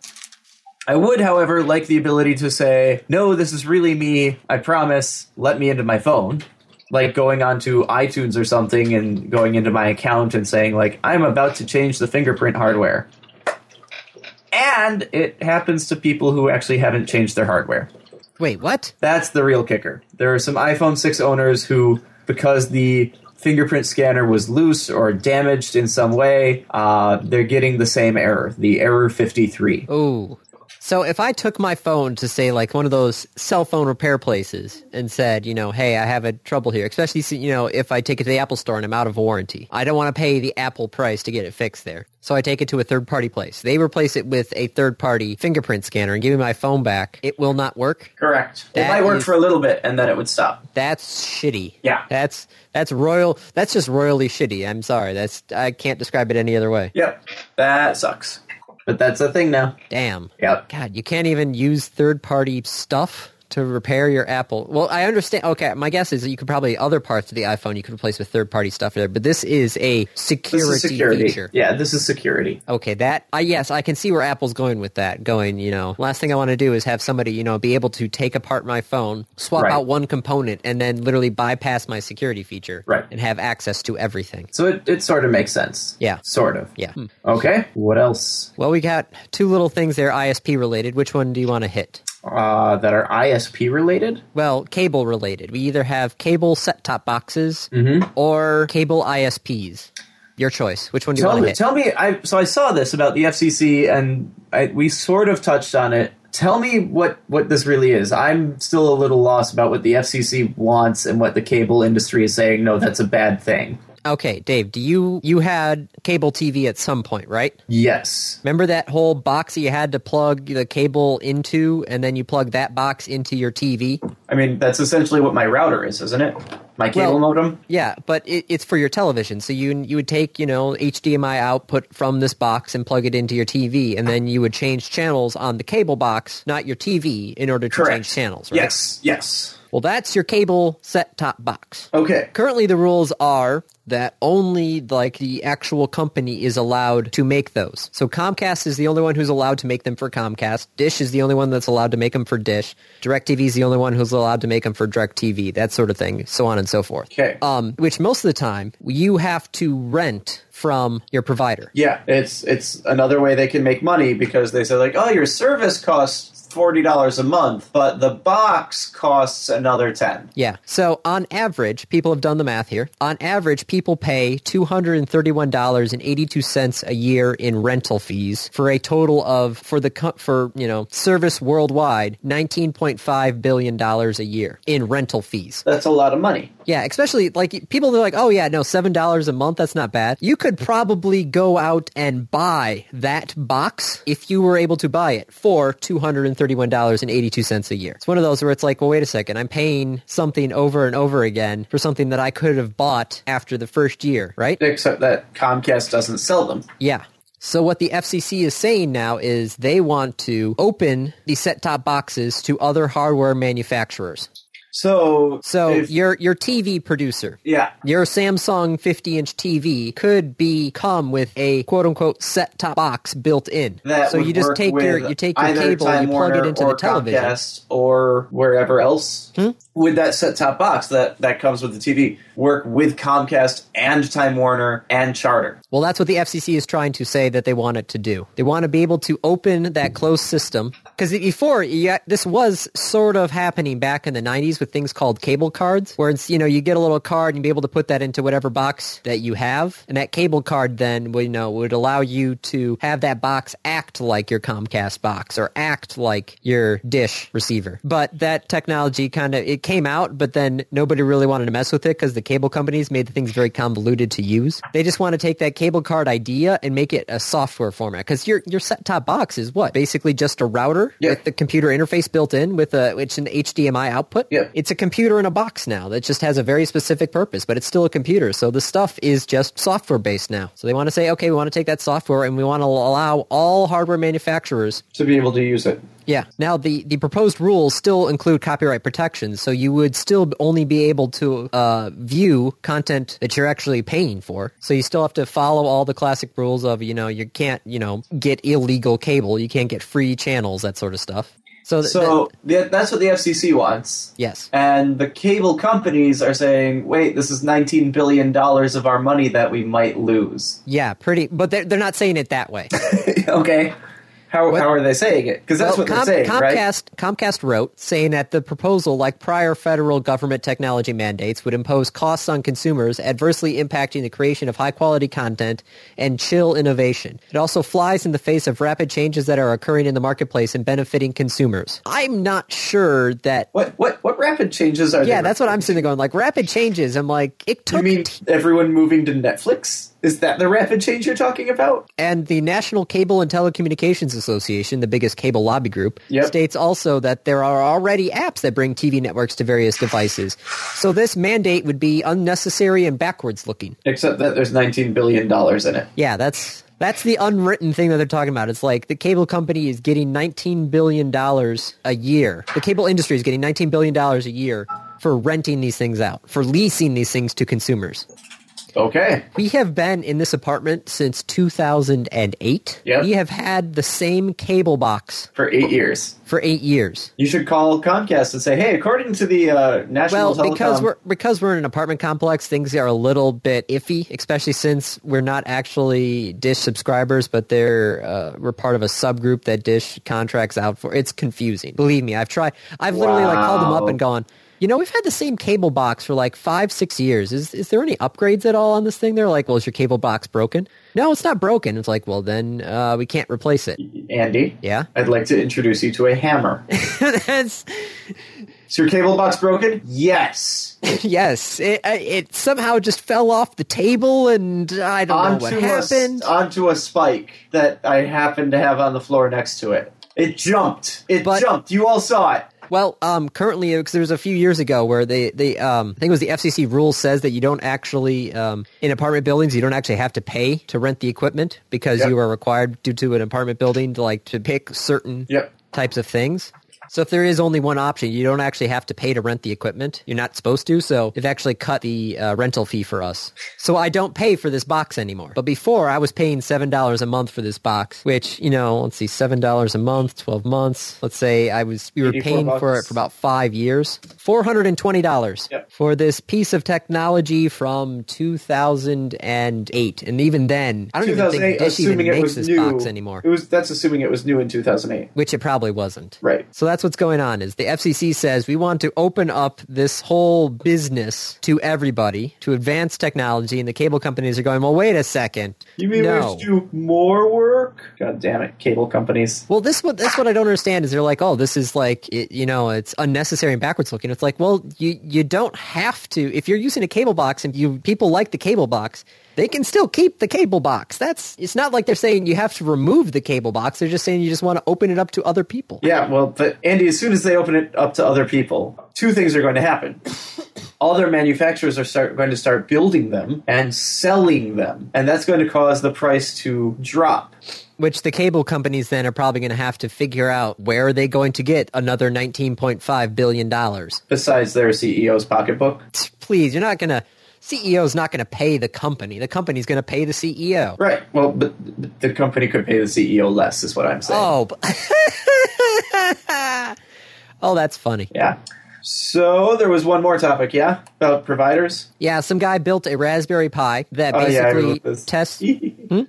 I would, however, like the ability to say, no, this is really me. I promise. Let me into my phone. Like going onto iTunes or something and going into my account and saying, like, I'm about to change the fingerprint hardware. And it happens to people who actually haven't changed their hardware. Wait, what? That's the real kicker. There are some iPhone 6 owners who, because the fingerprint scanner was loose or damaged in some way, uh, they're getting the same error, the error 53. Oh. So if I took my phone to say like one of those cell phone repair places and said, you know, hey, I have a trouble here, especially si- you know if I take it to the Apple store and I'm out of warranty, I don't want to pay the Apple price to get it fixed there. So I take it to a third party place. They replace it with a third party fingerprint scanner and give me my phone back. It will not work. Correct. That it might work is- for a little bit and then it would stop. That's shitty. Yeah. That's that's royal. That's just royally shitty. I'm sorry. That's I can't describe it any other way. Yep. That sucks. But that's a thing now. Damn. Yep. God, you can't even use third party stuff to repair your Apple. Well, I understand. Okay, my guess is that you could probably other parts of the iPhone you could replace with third party stuff there, but this is a This security, is security. feature. Yeah, this is security. Okay, that I yes, I can see where Apple's going with that. Going, you know, last thing I want to do is have somebody, you know, be able to take apart my phone, swap Right. out one component, and then literally bypass my security feature, Right. and have access to everything. So it, it sort of makes sense. Yeah. Sort of. Yeah. Hmm. Okay. What else Well, we got two little things there, ISP related. Which one do you want to hit? uh, that are ISP related? Well, cable related. We either have cable set top boxes Mm-hmm. or cable ISPs. Your choice. Which one do you Tell want to me, hit? tell me. I so I saw this about the FCC, and I, we sort of touched on it. Tell me what what this really is. I'm still a little lost about what the FCC wants and what the cable industry is saying. No, that's a bad thing. okay, Dave, do you you had cable TV at some point, right? Yes, Remember that whole box that you had to plug the cable into and then you plug that box into your TV? I mean that's essentially what my router is, isn't it? My cable Well- modem. Yeah, but it, it's for your television. So you you would take you know HDMI output from this box and plug it into your TV, and then you would change channels on the cable box, not your TV, in order to Correct. change channels. Right? Yes. Yes. Well, that's your cable set top box. Okay. Currently, the rules are that only like the actual company is allowed to make those. So Comcast is the only one who's allowed to make them for Comcast. Dish is the only one that's allowed to make them for Dish. DirecTV is the only one who's allowed to make them for DirecTV. That sort of thing, so on and so forth. Okay. Um, which most of the time you have to rent from your provider. Yeah, it's it's another way they can make money because they say like, oh, your service costs forty dollars a month, but the box costs another ten. Yeah. So on average, people have done the math here. On average, people pay $231.82 a year in rental fees for a total of for the co- for, you know, service worldwide, 19.5 billion dollars a year in rental fees. That's a lot of money. Yeah, especially like people are like, "Oh yeah, no, $7 a month, that's not bad." You could probably go out and buy that box if you were able to buy it for $231.82 a year. It's one of those where it's like, "Well, wait a second. I'm paying something over and over again for something that I could have bought after the first year, right?" Except that Comcast doesn't sell them. Yeah. So what the FCC is saying now is they want to open the set-top boxes to other hardware manufacturers. So So if- your your TV producer yeah, your Samsung 50 inch TV could be come with a quote unquote set top box built in. that so would you just work take your with you take your either cable Time and you plug Warner it into or the television. Hmm? Comcast or wherever else with that set top box that that comes with the TV. Work with Comcast and Time Warner and Charter. Well, that's what the FCC is trying to say that they want it to do. They want to be able to open that closed system because before, yeah, this was sort of happening back in the '90s with things called cable cards, where it's you know you get a little card and you be able to put that into whatever box that you have, and that cable card then would, you know would allow you to have that box act like your Comcast box or act like your Dish receiver. But that technology kind of it came out, but then nobody really wanted to mess with it because the cable companies made the things very convoluted to use. They just want to take that cable card idea and make it a software format because your your set top box is what basically just a router Yeah. with the computer interface built in with a which an HDMI output. Yeah. It's a computer in a box now that just has a very specific purpose, but it's still a computer. So the stuff is just software based now. So they want to say, okay, we want to take that software and we want to allow all hardware manufacturers To be able to use it. yeah. Now the the proposed rules still include copyright protections, so you would still only be able to uh, view content that you're actually paying for. So you still have to follow all the classic rules of you know you can't you know get illegal cable, you can't get free channels, that sort of stuff. So, th- So the, that's what the FCC wants. yes, And the cable companies are saying, wait, this is $19 billion of our money that we might lose. <laughs> yeah, pretty, but they're they're not saying it that way. okay. How, how are they saying it? Because <laughs> that's Well, what they're Com- saying, right? Comcast, Comcast wrote saying that the proposal, like prior federal government technology mandates, would impose costs on consumers, adversely impacting the creation of high quality content and chill innovation. It also flies in the face of rapid changes that are occurring in the marketplace and benefiting consumers. I'm not sure that. What what what rapid changes are? Yeah, there? that's what I'm sitting there going like rapid changes. I'm like it took You mean everyone moving to Netflix? Is that the rapid change you're talking about? And the National Cable and Telecommunications Association, the biggest cable lobby group, Yep. states also that there are already apps that bring TV networks to various devices. So this mandate would be unnecessary and backwards looking. Except that there's 19 billion dollars in it. Yeah, that's that's the unwritten thing that they're talking about. It's like the cable company is getting 19 billion dollars a year. The cable industry is getting 19 billion dollars a year for renting these things out, for leasing these things to consumers. Okay. We have been in this apartment since 2008. Yep. We have had the same cable box For eight years, for eight years. you should call Comcast and say, "Hey, according to the uh, National Well, Telecom, because we're because we're in an apartment complex, things are a little bit iffy, especially since we're not actually Dish subscribers, but they're uh, we're part of a subgroup that Dish contracts out for. It's confusing. Believe me, I've tried. I've literally like called them up Wow. and gone. You know, we've had the same cable box for like five, six years. Is is there any upgrades at all on this thing? They're like, well, is your cable box broken? No, it's not broken. It's like, well, then uh, we can't replace it. <laughs> Andy, Yeah. I'd like to introduce you to a hammer. That's Is your cable box broken? Yes. Yes, it I- it somehow just fell off the table, and I <laughs> don't know what Onto a, happened. onto a spike that I happened to have on the floor next to it. It jumped. It But- jumped. You all saw it. Well, um, currently, because there was a few years ago where they, they um, I think it was the FCC rule says that you don't actually, um, in apartment buildings, you don't actually have to pay to rent the equipment because Yep. you are required due to an apartment building to like to pick certain Yep. types of things. So if there is only one option, you don't actually have to pay to rent the equipment. You're not supposed to. So they've actually cut the uh, rental fee for us. So I don't pay for this box anymore. But before I was paying seven dollars a month for this box, which you know, let's see, seven dollars a month, twelve months. Let's say I was we were 84 paying for it bucks. for about five years, four hundred and twenty dollars Yep. for this piece of technology from two thousand and eight. And even then, I don't even 2008, think Dish even assuming it makes was this new. box anymore It was that's assuming it was new in 2008. which it probably wasn't. Right. So that's what's going on is the FCC says we want to open up this whole business to everybody, to advanced technology, and the cable companies are going, well, wait a second. You mean we no. have to do more work? God damn it, cable companies. well, this what that's what I don't understand is they're like, oh, this is like it, you know, it's unnecessary and backwards looking. It's like, well, you you don't have to if you're using a cable box and you people like the cable box, they can still keep the cable box. That's it's not like they're saying you have to remove the cable box. They're just saying you just want to open it up to other people. Yeah, well, but Andy, as soon as they open it up to other people, two things are going to happen. All their manufacturers are start, going to start building them and selling them, and that's going to cause the price to drop. Which the cable companies then are probably going to have to figure out where are they going to get another nineteen point five billion dollars. Besides their CEO's pocketbook, Please, you're not going to CEO's not going to pay the company. The company's going to pay the E CEO. right? Well, but but the company could pay the CEO less, is what I'm saying. Oh, b- <laughs> oh, that's funny. Yeah. So there was one more topic, yeah, about providers. Yeah, some guy built a Raspberry Pi that Oh yeah, I basically love this. tests. <laughs>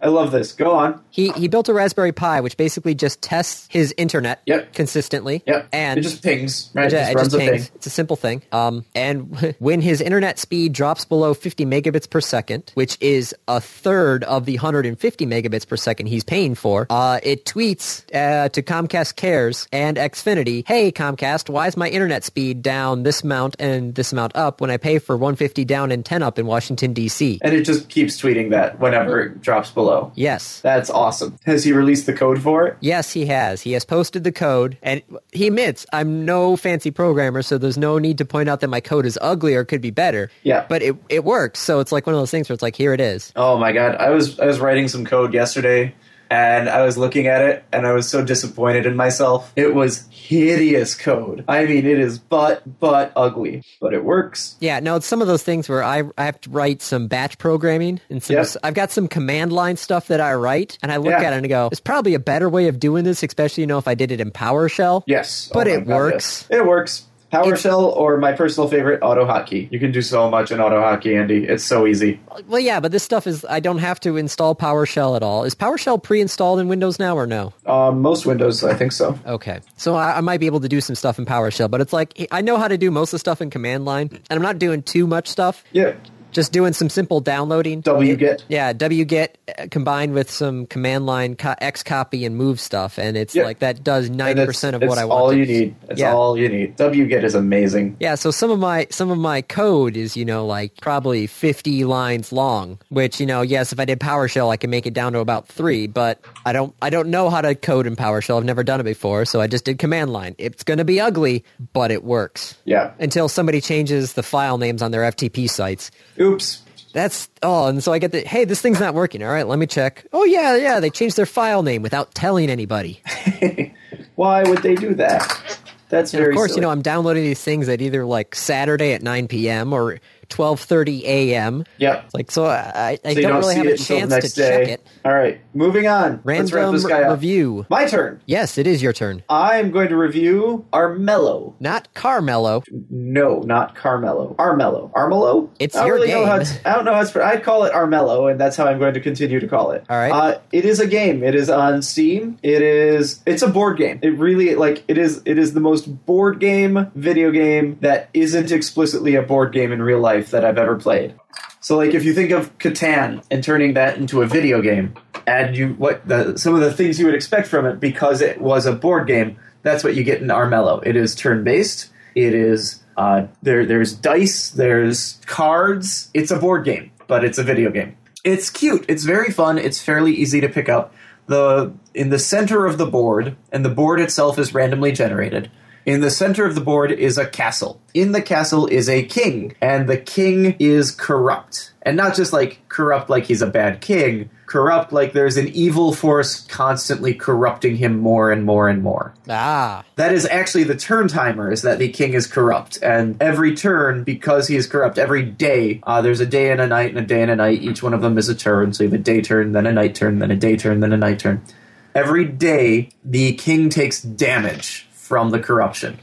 I love this. Go on. He he built a Raspberry Pi which basically just tests his internet Yep. consistently. Yep. and it just pings, right? Yeah, it it just runs just a pings. ping. It's a simple thing. Um, and <laughs> when his internet speed drops below 50 megabits per second, which is a third of the 150 megabits per second he's paying for, uh, it tweets uh, to Comcast Cares and Xfinity, "Hey Comcast, why is my internet speed down this amount and this amount up when I pay for 150 down and 10 up in Washington D.C.?" And it just keeps tweeting that whenever it drops below. Yes. That's awesome. Has he released the code for it? Yes, he has. He has posted the code, and he admits I'm no fancy programmer, so there's no need to point out that my code is ugly or could be better. Yeah. but it it works. So it's like one of those things where it's like, here it is. Oh my god. I was I was writing some code yesterday and I was looking at it and I was so disappointed in myself. It was hideous code. I mean it is but but ugly. But it works. Yeah, no, it's some of those things where I I have to write some batch programming and some Yep. I've got some command line stuff that I write, and I look Yeah. at it and I go, it's probably a better way of doing this, especially you know if I did it in PowerShell. Yes. Oh But my it God, works. yes. It works. PowerShell or my personal favorite, Auto Hotkey. You can do so much in Auto Hotkey, Andy. It's so easy. Well, yeah, but this stuff is I don't have to install PowerShell at all. Is PowerShell pre-installed in Windows now or no? Um, most Windows, I think so. Okay, so I, I might be able to do some stuff in PowerShell, but it's like I know how to do most of the stuff in command line, and I'm not doing too much stuff. Yeah. Just doing some simple downloading. wget. Yeah, wget uh, combined with some command line co- x copy and move stuff, and it's Yeah. like that does And ninety it's- percent of it's what I want. all to you do. need. It's Yeah. all you need. wget is amazing. Yeah, so some of my some of my code is, you know, like probably 50 lines long, which, you know, yes, if I did PowerShell, I can make it down to about 3, but I don't I don't know how to code in PowerShell. I've never done it before, so I just did command line. It's going to be ugly, but it works. Yeah. Until somebody changes the file names on their FTP sites. Oops. That's oh, and so I get the hey, this thing's not working. All right, let me check. Oh yeah, yeah, they changed their file name without telling anybody. Why would they do that? That's And very of course, silly. you know, I'm downloading these things at either like Saturday at 9 p.m. or 12:30 a.m. Yep. It's Like so, I, I So you don't don't really see have it a until the chance to next check day. it. All right, moving on. Let's wrap Random this guy up. review. My turn. Yes, it is your turn. I'm going to review Armello. Not Carmelo. No, not Carmelo. Armello. Armello? It's I don't your really Know how game. it's, I don't know how it's. I call it Armello, and that's how I'm going to continue to call it. All right. Uh, it is a game. It is on Steam. It is. It's a board game. It really like it is. It is the most board game video game that isn't explicitly a board game in real life that I've ever played. So like if you think of Catan and turning that into a video game, and you what the, some of the things you would expect from it because it was a board game. That's what you get in Armello. It is turn based. It is uh, there. There's dice. There's cards. It's a board game, but it's a video game. It's cute. It's very fun. It's fairly easy to pick up. The in the center of the board, and the board itself is randomly generated. In the center of the board is a castle. In the castle is a king, and the king is corrupt. And not just like corrupt like he's a bad king, corrupt like there's an evil force constantly corrupting him more and more and more. Ah, That is actually the turn timer, is that the king is corrupt. And every turn, because he is corrupt, every day, uh, there's a day and a night and a day and a night. Each one of them is a turn. So you have a day turn, then a night turn, then a day turn, then a night turn. Every day, the king takes damage from the corruption.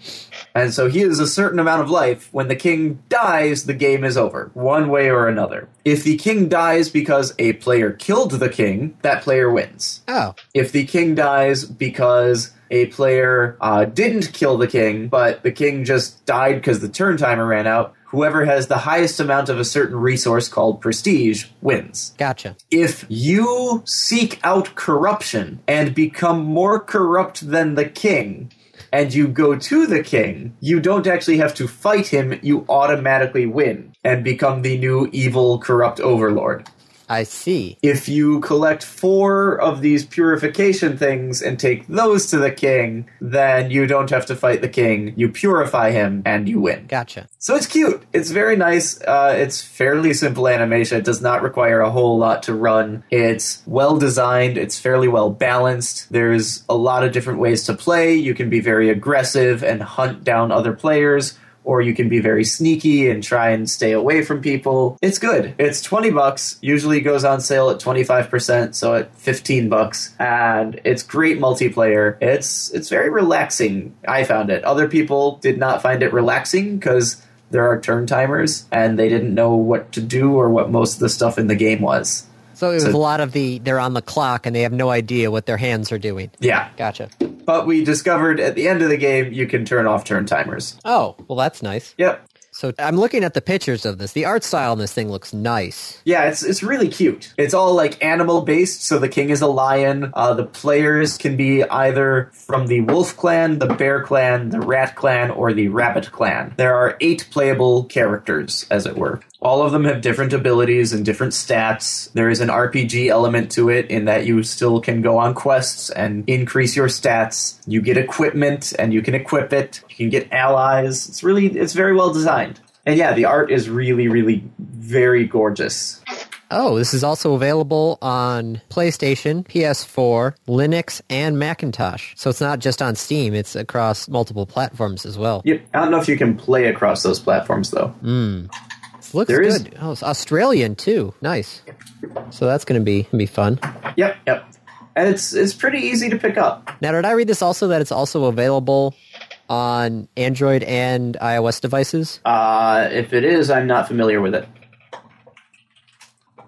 And so he has a certain amount of life. When the king dies, the game is over, one way or another. If the king dies because a player killed the king, that player wins oh, if the king dies because a player uh, didn't kill the king, but the king just died because the turn timer ran out, whoever has the highest amount of a certain resource called prestige wins. gotcha. If you seek out corruption and become more corrupt than the king, and you go to the king, you don't actually have to fight him, you automatically win and become the new evil, corrupt overlord I see. if you collect four of these purification things and take those to the king, then you don't have to fight the king. You purify him and you win. Gotcha. So it's cute. It's very nice. Uh, it's fairly simple animation. It does not require a whole lot to run. It's well designed. It's fairly well balanced. There's a lot of different ways to play. You can be very aggressive and hunt down other players. Or you can be very sneaky and try and stay away from people. It's good. It's 20 bucks. Usually goes on sale at 25%, so at 15 bucks. And it's great multiplayer. It's it's very relaxing. I found it. Other people did not find it relaxing because there are turn timers and they didn't know what to do or what most of the stuff in the game was. So it was So- a lot of the they're on the clock and they have no idea what their hands are doing. Yeah. Gotcha. But we discovered at the end of the game you can turn off turn timers. Oh, well, that's nice. Yep. So I'm looking at the pictures of this. The art style on this thing looks nice. Yeah, it's it's really cute. It's all like animal based, so the king is a lion. Uh, the players can be either from the wolf clan, the bear clan, the rat clan, or the rabbit clan. There are eight playable characters, as it were. All of them have different abilities and different stats. There is an RPG element to it in that you still can go on quests and increase your stats. You get equipment and you can equip it. You can get allies. It's really it's very well designed. And yeah, the art is really, really very gorgeous. Oh, this is also available on PlayStation, PS4, Linux, and Macintosh. So it's not just on Steam, it's across multiple platforms as well. Yep. I don't know if you can play across those platforms though. This looks there is- good. Oh, it's Australian too. Nice. So that's going to be be fun. Yep, yep. And it's it's pretty easy to pick up. Now, did I read this also that it's also available on Android and iOS devices? Uh, if it is, I'm not familiar with it.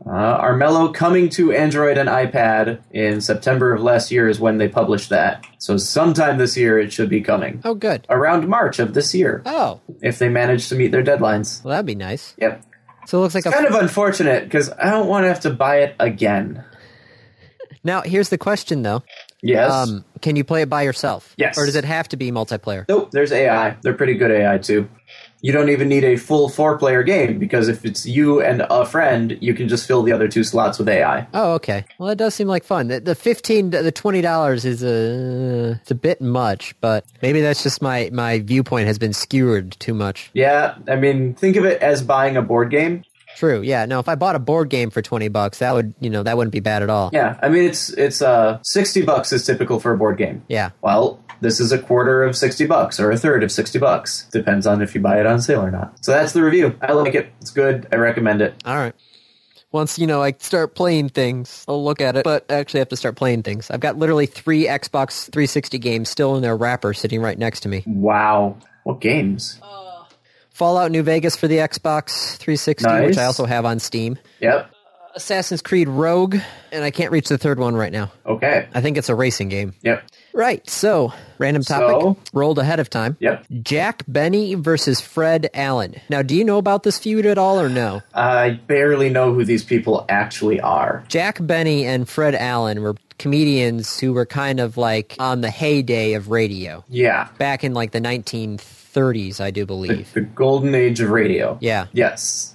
Uh, Armello coming to Android and iPad in September of last year is when they published that. So sometime this year it should be coming. Oh, good. Around March of this year, Oh, if they manage to meet their deadlines. well, that'd be nice. Yep. So it looks like a. Kind of unfortunate because I don't want to have to buy it again. now, here's the question though. Yes. Um, can you play it by yourself? Yes. Or does it have to be multiplayer? Nope, there's AI. They're pretty good AI too. You don't even need a full four player game because if it's you and a friend, you can just fill the other two slots with AI. Oh, okay. Well, that does seem like fun. The, the fifteen, the twenty dollars is a it's a bit much, but maybe that's just my my viewpoint has been skewered too much. Yeah, I mean, think of it as buying a board game. True. Yeah. No, if I bought a board game for twenty bucks, that would you know that wouldn't be bad at all. Yeah, I mean it's it's uh 60 bucks is typical for a board game. Yeah. Well, this is a quarter of 60 bucks or a third of 60 bucks. Depends on if you buy it on sale or not. So that's the review. I like it. It's good. I recommend it. All right. Once you know I start playing things, I'll look at it. But I actually have to start playing things. I've got literally three Xbox 360 games still in their wrapper, sitting right next to me. Wow. What games? Fallout New Vegas for the Xbox 360, which Nice. I also have on Steam. Yep. Assassin's Creed Rogue, and I can't reach the third one right now. Okay. I think it's a racing game. Yep. Right. So, random topic So? rolled ahead of time. Yep. Jack Benny versus Fred Allen. Now, do you know about this feud at all or no? I barely know who these people actually are. Jack Benny and Fred Allen were comedians who were kind of like on the heyday of radio Yeah. back in like the 1930s, I do believe. The golden age of radio. Yeah. Yes.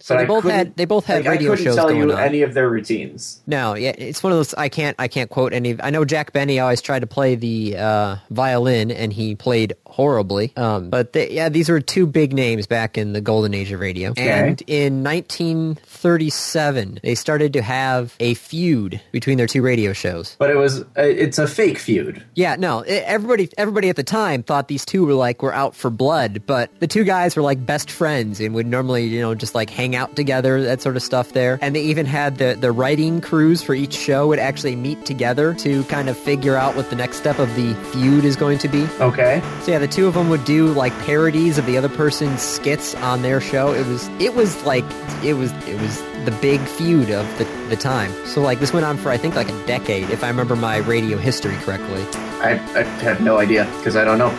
So But they I both couldn't- had they both had like, I radio couldn't shows tell going you on. any of their routines. No, yeah, it's one of those I can't I can't quote any. I know Jack Benny always tried to play the uh, violin and he played horribly. Um, but they, yeah, these were two big names back in the golden age of radio. And in 1937, they started to have a feud between their two radio shows. But it was uh, it's a fake feud. Yeah, no, e- everybody everybody at the time thought these two were like were out for blood, but the two guys were like best friends and would normally, you know, just like hang out together, that sort of stuff there. And they even had the the writing crews for each show would actually meet together to kind of figure out what the next step of the feud is going to be. Okay. So yeah, the two of them would do like parodies of the other person's skits on their show. It was it was like it was it was the big feud of the the time. So like this went on for I think like a decade if I remember my radio history correctly. I, I have no idea because I don't know.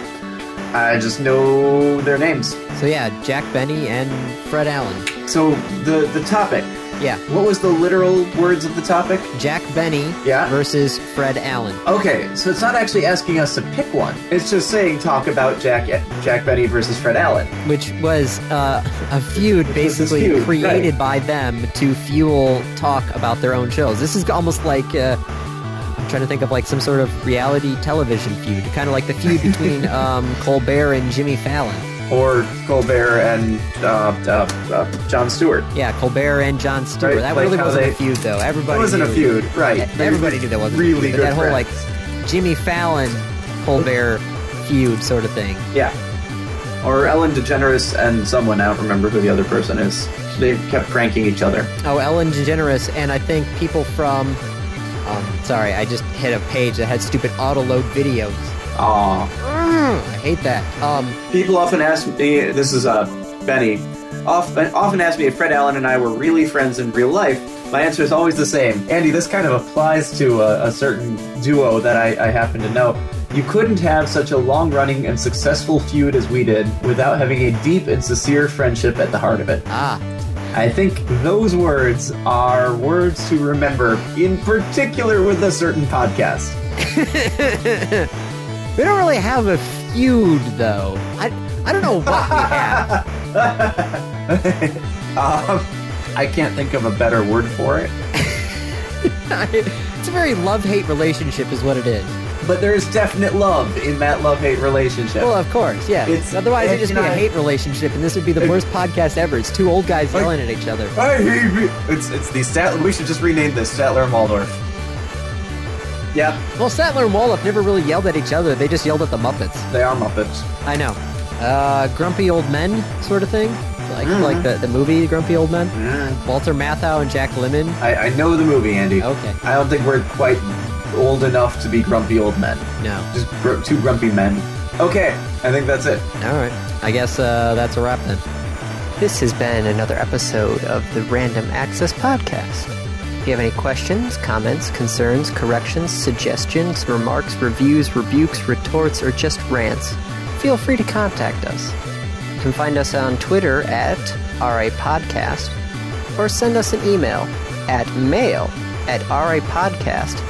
I just know their names. So yeah, Jack Benny and Fred Allen. So the the topic. Yeah, What was the literal words of the topic? Jack Benny Yeah. versus Fred Allen. Okay, so it's not actually asking us to pick one. It's just saying talk about Jack Jack Benny versus Fred Allen. which was uh, a feud was this basically feud, created by them to fuel talk about their own shows. This is almost like uh, I'm trying to think of like some sort of reality television feud, kind of like the feud <laughs> between um, Colbert and Jimmy Fallon. Or Colbert and uh, uh, uh, John Stewart. Yeah, Colbert and John Stewart. Right, that like really how wasn't they- a feud though. Everybody It wasn't a knew- feud, right? e- Everybody knew that wasn't a really feud, good. but that whole friends. like Jimmy Fallon Colbert feud sort of thing. yeah, or Ellen DeGeneres and someone I don't remember who the other person is. They kept pranking each other. Oh, Ellen DeGeneres, and I think people from. Um, sorry, I just hit a page that had stupid auto load videos. Aw. Mm, I hate that. Um, People often ask me. This is uh, Benny. Often, often ask me if Fred Allen and I were really friends in real life. My answer is always the same. Andy, this kind of applies to a, a certain duo that I, I happen to know. You couldn't have such a long running and successful feud as we did without having a deep and sincere friendship at the heart of it. ah, I think those words are words to remember, in particular with a certain podcast. we don't really have a feud though. I I don't know what we have. <laughs> Um, I can't think of a better word for it, it's a very love hate relationship, is what it is. but there is definite love in that love hate relationship. Well, of course, yeah. It's- Otherwise, it'd just be a it's- hate relationship, and this would be the worst podcast ever. It's two old guys yelling at each other. I hate you. It's it's the Statler. We should just rename this Statler and Waldorf. Yep, Well, Sattler and Wallop never really yelled at each other; they just yelled at the Muppets. they are Muppets. I know. Uh, grumpy old men sort of thing, like like the, the movie Grumpy Old Men. Walter Matthau and Jack Lemmon. I, I know the movie, Andy. Okay. I don't think we're quite old enough to be grumpy old men. No, Just gr- two grumpy men. Okay, I think that's it. All right. I guess uh, that's a wrap then. This has been another episode of the Random Access Podcast. If you have any questions, comments, concerns, corrections, suggestions, remarks, reviews, rebukes, retorts, or just rants, feel free to contact us. You can find us on Twitter at RAPodcast or send us an email at mail at rapodcast.net.